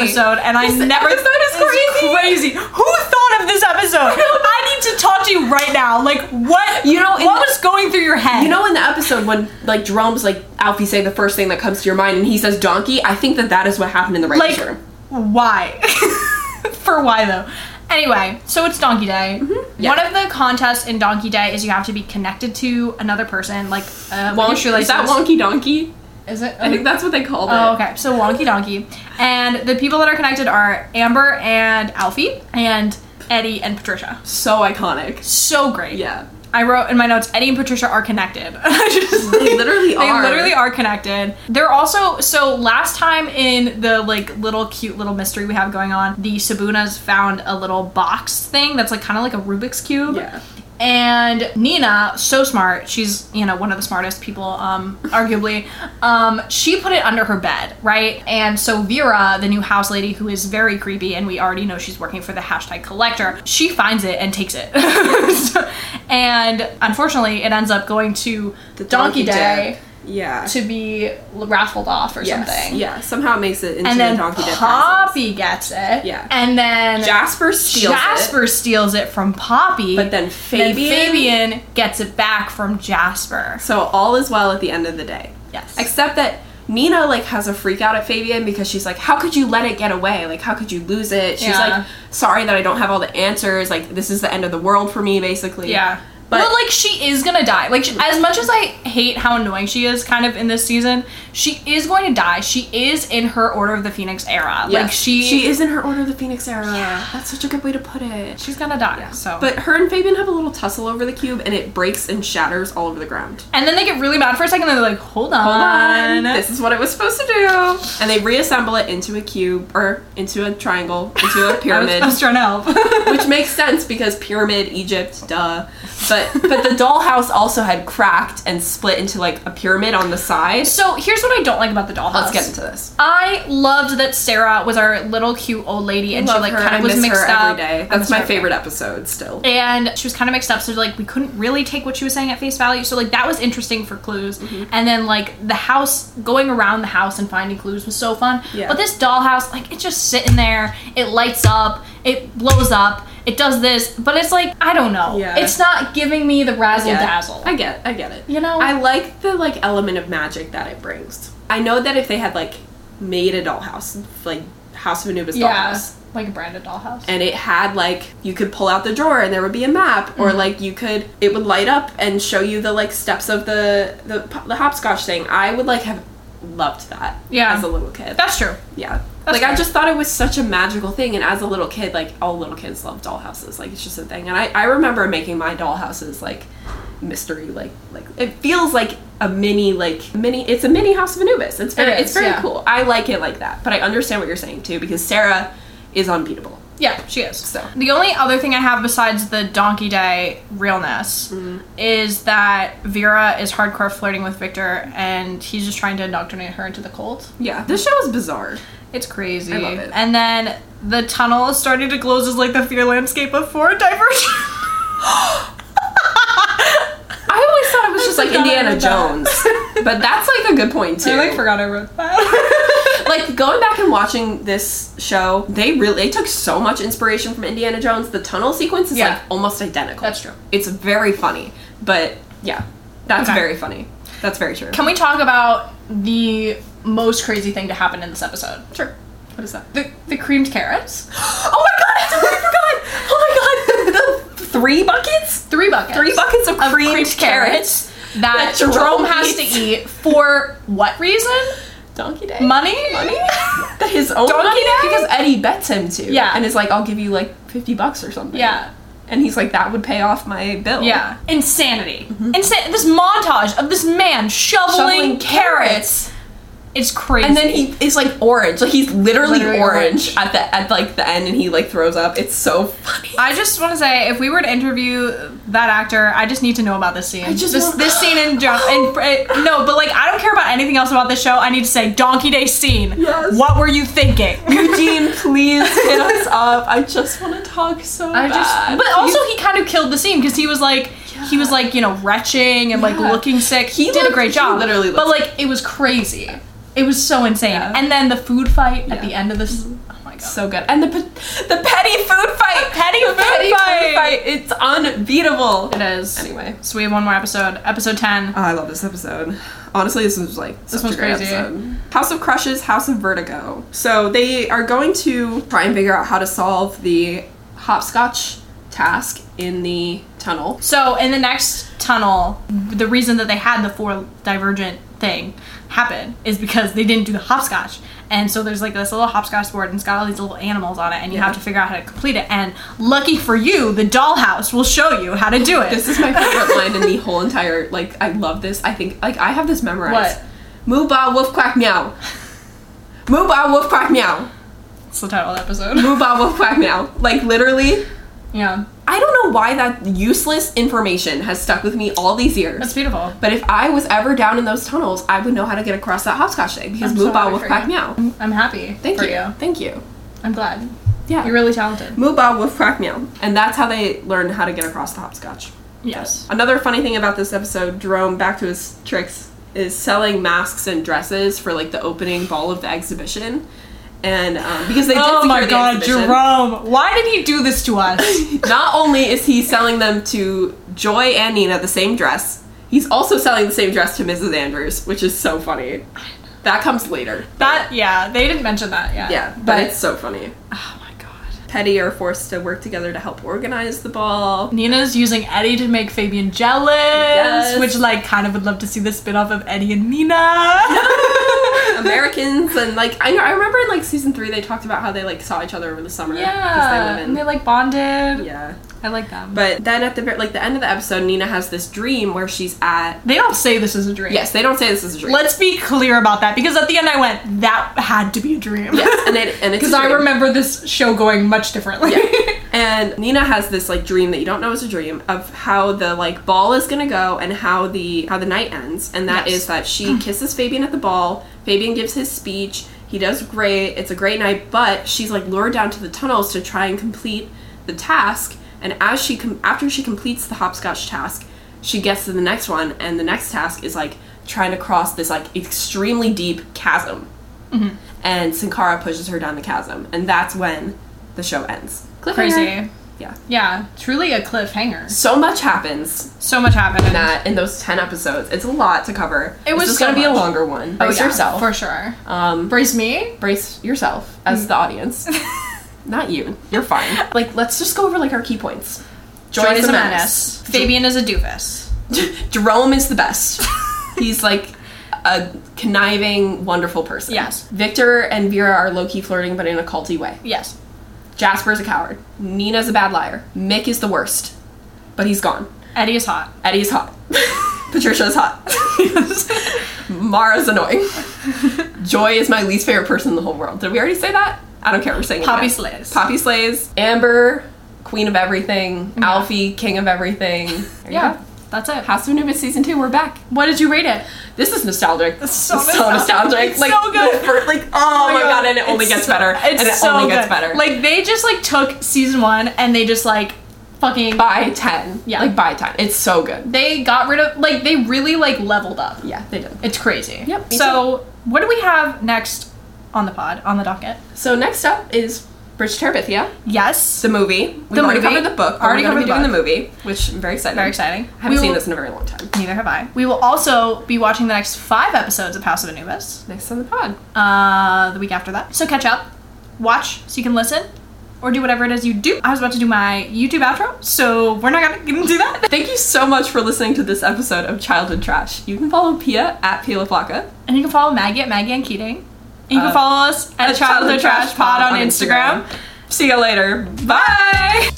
S1: episode, and I
S2: This
S1: never
S2: episode is
S1: This crazy. Who thought of this episode? I need to talk to you right now. Like what?
S2: You know, in
S1: what
S2: the-
S1: was going through your head?
S2: You know, in the episode when like Jerome's like Alfie say the first thing that comes to your mind, and he says donkey. I think that that is what happened in the writers'
S1: Like-
S2: room.
S1: why? For why though? Anyway, so it's Donkey Day.
S2: Mm-hmm. Yeah.
S1: One of the contests in Donkey Day is you have to be connected to another person, like uh, with your
S2: Wonky, is that
S1: shoelaces.
S2: Wonky Donkey?
S1: Is it?
S2: I think that's what they called
S1: Oh,
S2: it.
S1: okay. So Wonky Donkey. And the people that are connected are Amber and Alfie and Eddie and Patricia.
S2: So iconic.
S1: So great.
S2: Yeah.
S1: I wrote in my notes Eddie and Patricia are connected. I just-
S2: They literally
S1: They
S2: are.
S1: literally are connected. They're also so last time in the like little cute little mystery we have going on, the Sabunas found a little box thing that's like kind of like a Rubik's cube.
S2: Yeah.
S1: And Nina, so smart, she's, you know, one of the smartest people, um, arguably, um, she put it under her bed, right? And so Vera, the new house lady who is very creepy, and we already know she's working for the hashtag collector, she finds it and takes it. So- and unfortunately, it ends up going to the Donkey, Day
S2: Yeah.
S1: to be l- raffled off or
S2: Yes,
S1: something.
S2: Yeah. Somehow it makes it into
S1: And then
S2: the Donkey Day. process.
S1: Poppy gets it.
S2: Yeah.
S1: And then
S2: Jasper steals it.
S1: Jasper steals it from Poppy.
S2: But then
S1: Then
S2: Fabian.
S1: Fabian gets it back from Jasper.
S2: So all is well at the end of the day.
S1: Yes.
S2: Except that Nina like has a freak out at Fabian because she's like, "How could you let it get away? Like, how could you lose it?" She's
S1: Yeah.
S2: like, "Sorry that I don't have all the answers. Like, this is the end of the world for me, basically."
S1: Yeah. But,
S2: But-
S1: like she is gonna die. Like she- as much as I hate how annoying she is, kind of in this season, she is going to die. She is in her Order of the Phoenix era.
S2: Yes.
S1: Like she,
S2: she is in her Order of the Phoenix era. That's such a good way to put it.
S1: she's gonna die. So,
S2: But her and Fabian have a little tussle over the cube, and it breaks and shatters all over the ground.
S1: and then they get really mad for a second. And they're like, "Hold on,
S2: Hold on, this is what it was supposed to do. And they reassemble it into a cube or into a triangle, into a pyramid.
S1: I was trying to help.
S2: which makes sense because pyramid Egypt, duh. But but the dollhouse also had cracked and split into like a pyramid on the side.
S1: so here's what I don't like about the dollhouse.
S2: Let's get into this.
S1: I loved that Sarah was our little cute old lady, and she like kind of was mixed up.
S2: every day.
S1: I
S2: That's
S1: miss
S2: my
S1: her.
S2: favorite episode still.
S1: and she was kind of mixed up so like we couldn't really take what she was saying at face value so like that was interesting for clues
S2: Mm-hmm.
S1: and then like the house going around the house and finding clues was so fun
S2: Yeah.
S1: but this dollhouse like it's just sitting there it lights up it blows up it does this but it's like i don't know
S2: Yeah.
S1: it's not giving me the razzle dazzle
S2: I get, I get it.
S1: You know?
S2: I like the like element of magic that it brings. I know that if they had like made a dollhouse, like House of Anubis
S1: yeah
S2: dollhouse,
S1: like a branded dollhouse
S2: and it had like you could pull out the drawer and there would be a map
S1: Mm-hmm.
S2: or like you could it would light up and show you the like steps of the the, the hopscotch thing i would like have loved that
S1: Yeah.
S2: as a little kid
S1: that's true
S2: yeah
S1: that's
S2: like i
S1: fair.
S2: just thought it was such a magical thing and as a little kid like all little kids love dollhouses like it's just a thing and i, I remember making my dollhouses like mystery like like it feels like a mini like mini it's a mini house of anubis it's very
S1: It is,
S2: it's very
S1: yeah.
S2: cool i like it like that but i understand what you're saying too because sarah is unbeatable
S1: Yeah, she is.
S2: So.
S1: the only other thing I have besides the Donkey Day realness is that Vera is hardcore flirting with Victor, and he's just trying to indoctrinate her into the cult.
S2: Yeah, this show is bizarre.
S1: It's crazy.
S2: I love it.
S1: And then the tunnel is starting to close as like the fear landscape of Ford Diversion.
S2: I always thought it was just like
S1: forgot
S2: Indiana
S1: about that.
S2: Jones, but that's like a good point too.
S1: I like forgot I wrote that.
S2: Like, going back and watching this show, they really they took so much inspiration from Indiana Jones. The tunnel sequence is
S1: Yeah.
S2: like almost identical.
S1: That's true.
S2: It's very funny, but yeah, that's
S1: Okay.
S2: very funny. That's very true.
S1: Can we talk about the most crazy thing to happen in this episode?
S2: sure. What is that?
S1: The the creamed carrots.
S2: Oh my god! I totally forgot. Oh my god! The, the three buckets,
S1: Three buckets.
S2: three buckets of, creamed,
S1: creamed
S2: carrots.
S1: carrots that,
S2: that
S1: Jerome,
S2: Jerome
S1: has to
S2: eats.
S1: eat for what reason?
S2: Donkey Day.
S1: Money?
S2: money that his own
S1: Donkey
S2: money
S1: Day?
S2: because Eddie bets him to.
S1: Yeah.
S2: and is like, I'll give you like fifty bucks or something.
S1: Yeah.
S2: and he's like, that would pay off my bill.
S1: Yeah. Insanity. Insa- this montage of this man shoveling,
S2: Mm-hmm. Shoveling
S1: carrots.
S2: carrots.
S1: It's crazy.
S2: and then he is like orange, like he's literally,
S1: Literally
S2: orange, at the at like the end, and he like throws up. It's so funny.
S1: I just want to say, if we were to interview that actor, I just need to know about this scene.
S2: just
S1: this,
S2: want-
S1: this scene in, John, in uh, no, but like I don't care about anything else about this show. I need to say Donkey Day scene.
S2: Yes.
S1: What were you thinking?
S2: Eugene, please hit us up. I just want to talk so
S1: I just,
S2: bad.
S1: but also he kind of killed the scene because he was like, he was like, you know, retching and like
S2: Yeah.
S1: looking sick. He,
S2: He
S1: did a
S2: looked-
S1: great
S2: he
S1: job,
S2: literally
S1: But
S2: looked-
S1: like, it was crazy. It was so insane.
S2: Yeah.
S1: And then the food fight at the
S2: Yeah. Mm-hmm.
S1: end of this. Oh my god.
S2: so good, and the pe- the petty food fight,
S1: petty
S2: The
S1: food fight.
S2: it's unbeatable.
S1: it is.
S2: Anyway.
S1: so we have one more episode, episode ten.
S2: Oh, I love this episode. Honestly, this was like this such
S1: one's
S2: a great
S1: crazy.
S2: episode. House of Crushes, House of Vertigo. So they are going to try and figure out how to solve the hopscotch task in the tunnel.
S1: So in the next tunnel, the reason that they had the four divergent thing happen is because they didn't do the hopscotch. And so there's like this little hopscotch board and it's got all these little animals on it and you have to figure out how to complete it. And lucky for you, the dollhouse will show you how to do it.
S2: This is my favorite line in the whole entire. Like, I love this. I think, like, I have this memorized.
S1: What?
S2: Moo ba wolf quack meow. Moo ba wolf quack meow.
S1: It's the title of the episode.
S2: Moo ba wolf quack meow. Like, literally,
S1: yeah.
S2: I don't know why that useless information has stuck with me all these years.
S1: That's beautiful.
S2: But if I was ever down in those tunnels, I would know how to get across that hopscotch thing because
S1: I'm
S2: Moo
S1: so
S2: ba
S1: happy
S2: wolf
S1: for
S2: quack
S1: you.
S2: meow.
S1: I'm happy
S2: Thank
S1: for
S2: you. Thank you.
S1: I'm glad.
S2: Yeah.
S1: You're really talented.
S2: Moo ba wolf quack meow. And that's how they learn how to get across the hopscotch.
S1: Yes.
S2: Another funny thing about this episode, Jerome back to his tricks, is selling masks and dresses for like the opening ball of the exhibition, and um, because they did
S1: Oh my
S2: secure the
S1: god,
S2: exhibition.
S1: Jerome. Why did he do this to us?
S2: Not only is he selling them to Joy and Nina the same dress, he's also selling the same dress to Mrs. Andrews, which is so funny. That comes later.
S1: that yeah, they didn't mention that yet.
S2: Yeah, but,
S1: But
S2: it's so funny.
S1: Oh my god.
S2: Petty are forced to work together to help organize the ball.
S1: Nina's using Eddie to make Fabian jealous,
S2: Yes.
S1: which like kind of would love to see the spin-off of Eddie and Nina.
S2: Americans and like I, I remember in like season three they talked about how they like saw each other over the summer. 'cause
S1: yeah.
S2: they
S1: and they
S2: live
S1: like bonded.
S2: in, yeah.
S1: I like them.
S2: But then at the ver- like the end of the episode, Nina has this dream where she's at.
S1: they don't say this is a dream.
S2: Yes, they don't say this is a dream.
S1: Let's be clear about that because at the end I went, that had to be a dream.
S2: yes, and it and it's a
S1: Because I
S2: dream.
S1: remember this show going much differently.
S2: Yeah. And Nina has this like dream that you don't know is a dream of how the like ball is gonna go and how the how the night ends, and that is
S1: Yes.
S2: that she kisses Fabian at the ball. Fabian gives his speech. He does great. It's a great night, but she's like lured down to the tunnels to try and complete the task. And as she com- after she completes the hopscotch task, she gets to the next one, and the next task is like trying to cross this like extremely deep chasm and Sankara pushes her down the chasm, and that's when the show ends. Cliffhanger.
S1: Crazy.
S2: Yeah.
S1: Yeah. Truly a cliffhanger.
S2: So much happens
S1: So much happened.
S2: in that in those ten episodes. It's a lot to cover.
S1: It was
S2: this is
S1: so
S2: gonna be a
S1: much.
S2: longer one.
S1: Oh,
S2: Brace
S1: yeah,
S2: yourself.
S1: For sure.
S2: um,
S1: Brace me.
S2: brace yourself as the audience. Not you. You're fine. Like, let's just go over like our key points. Joy,
S1: Joy
S2: is, a
S1: menace.
S2: menace.
S1: Fabian is a doofus.
S2: Jerome is the best. He's like a conniving, wonderful person.
S1: Yes.
S2: Victor and Vera are low key flirting, but in a culty way.
S1: Yes.
S2: Jasper's a coward. Nina's a bad liar. Mick is the worst. But he's gone.
S1: Eddie is hot.
S2: Eddie's hot. Patricia's hot. Mara's annoying. Joy is my least favorite person in the whole world. Did we already say that? I don't care. We're saying it
S1: Poppy
S2: again.
S1: slays.
S2: Poppy slays. Amber, queen of everything. Alfie, king of everything. There you
S1: Yeah.
S2: go.
S1: That's it.
S2: House of Anubis season two. We're back.
S1: What did you rate it?
S2: This is nostalgic.
S1: It's so
S2: It's
S1: nostalgic. It's
S2: Like
S1: so good.
S2: the fir- like oh, my god. and it only
S1: It's
S2: gets
S1: so-
S2: better.
S1: It's
S2: and it
S1: so
S2: only
S1: good.
S2: gets better.
S1: Like they just like took season one and they just like fucking
S2: by ten.
S1: Yeah.
S2: Like by ten. It's so good.
S1: they got rid of like they really like leveled up.
S2: Yeah, they did.
S1: It's crazy.
S2: Yep, me
S1: So what do we have next on the pod on the docket?
S2: So next up is Bridge to Terabithia,
S1: Yes.
S2: the movie. We've
S1: The
S2: already
S1: movie.
S2: covered the book. but
S1: Already
S2: we're
S1: covered
S2: gonna be
S1: the
S2: doing the movie, which I'm very excited.
S1: Very exciting.
S2: I haven't
S1: We
S2: seen
S1: will-
S2: this in a very long time.
S1: Neither have I. We will also be watching the next five episodes of House of Anubis
S2: Next on the pod.
S1: uh, the week after that. So catch up, watch so you can listen, or do whatever it is you do. I was about to do my YouTube outro, so we're not gonna, gonna do that.
S2: Thank you so much for listening to this episode of Childhood Trash. You can follow Pia at Pia LaFlaca.
S1: And you can follow Maggie at Maggie and Keating. And you can
S2: Uh,
S1: follow us at Childhood Trash Pod on Instagram.
S2: See you later. Bye.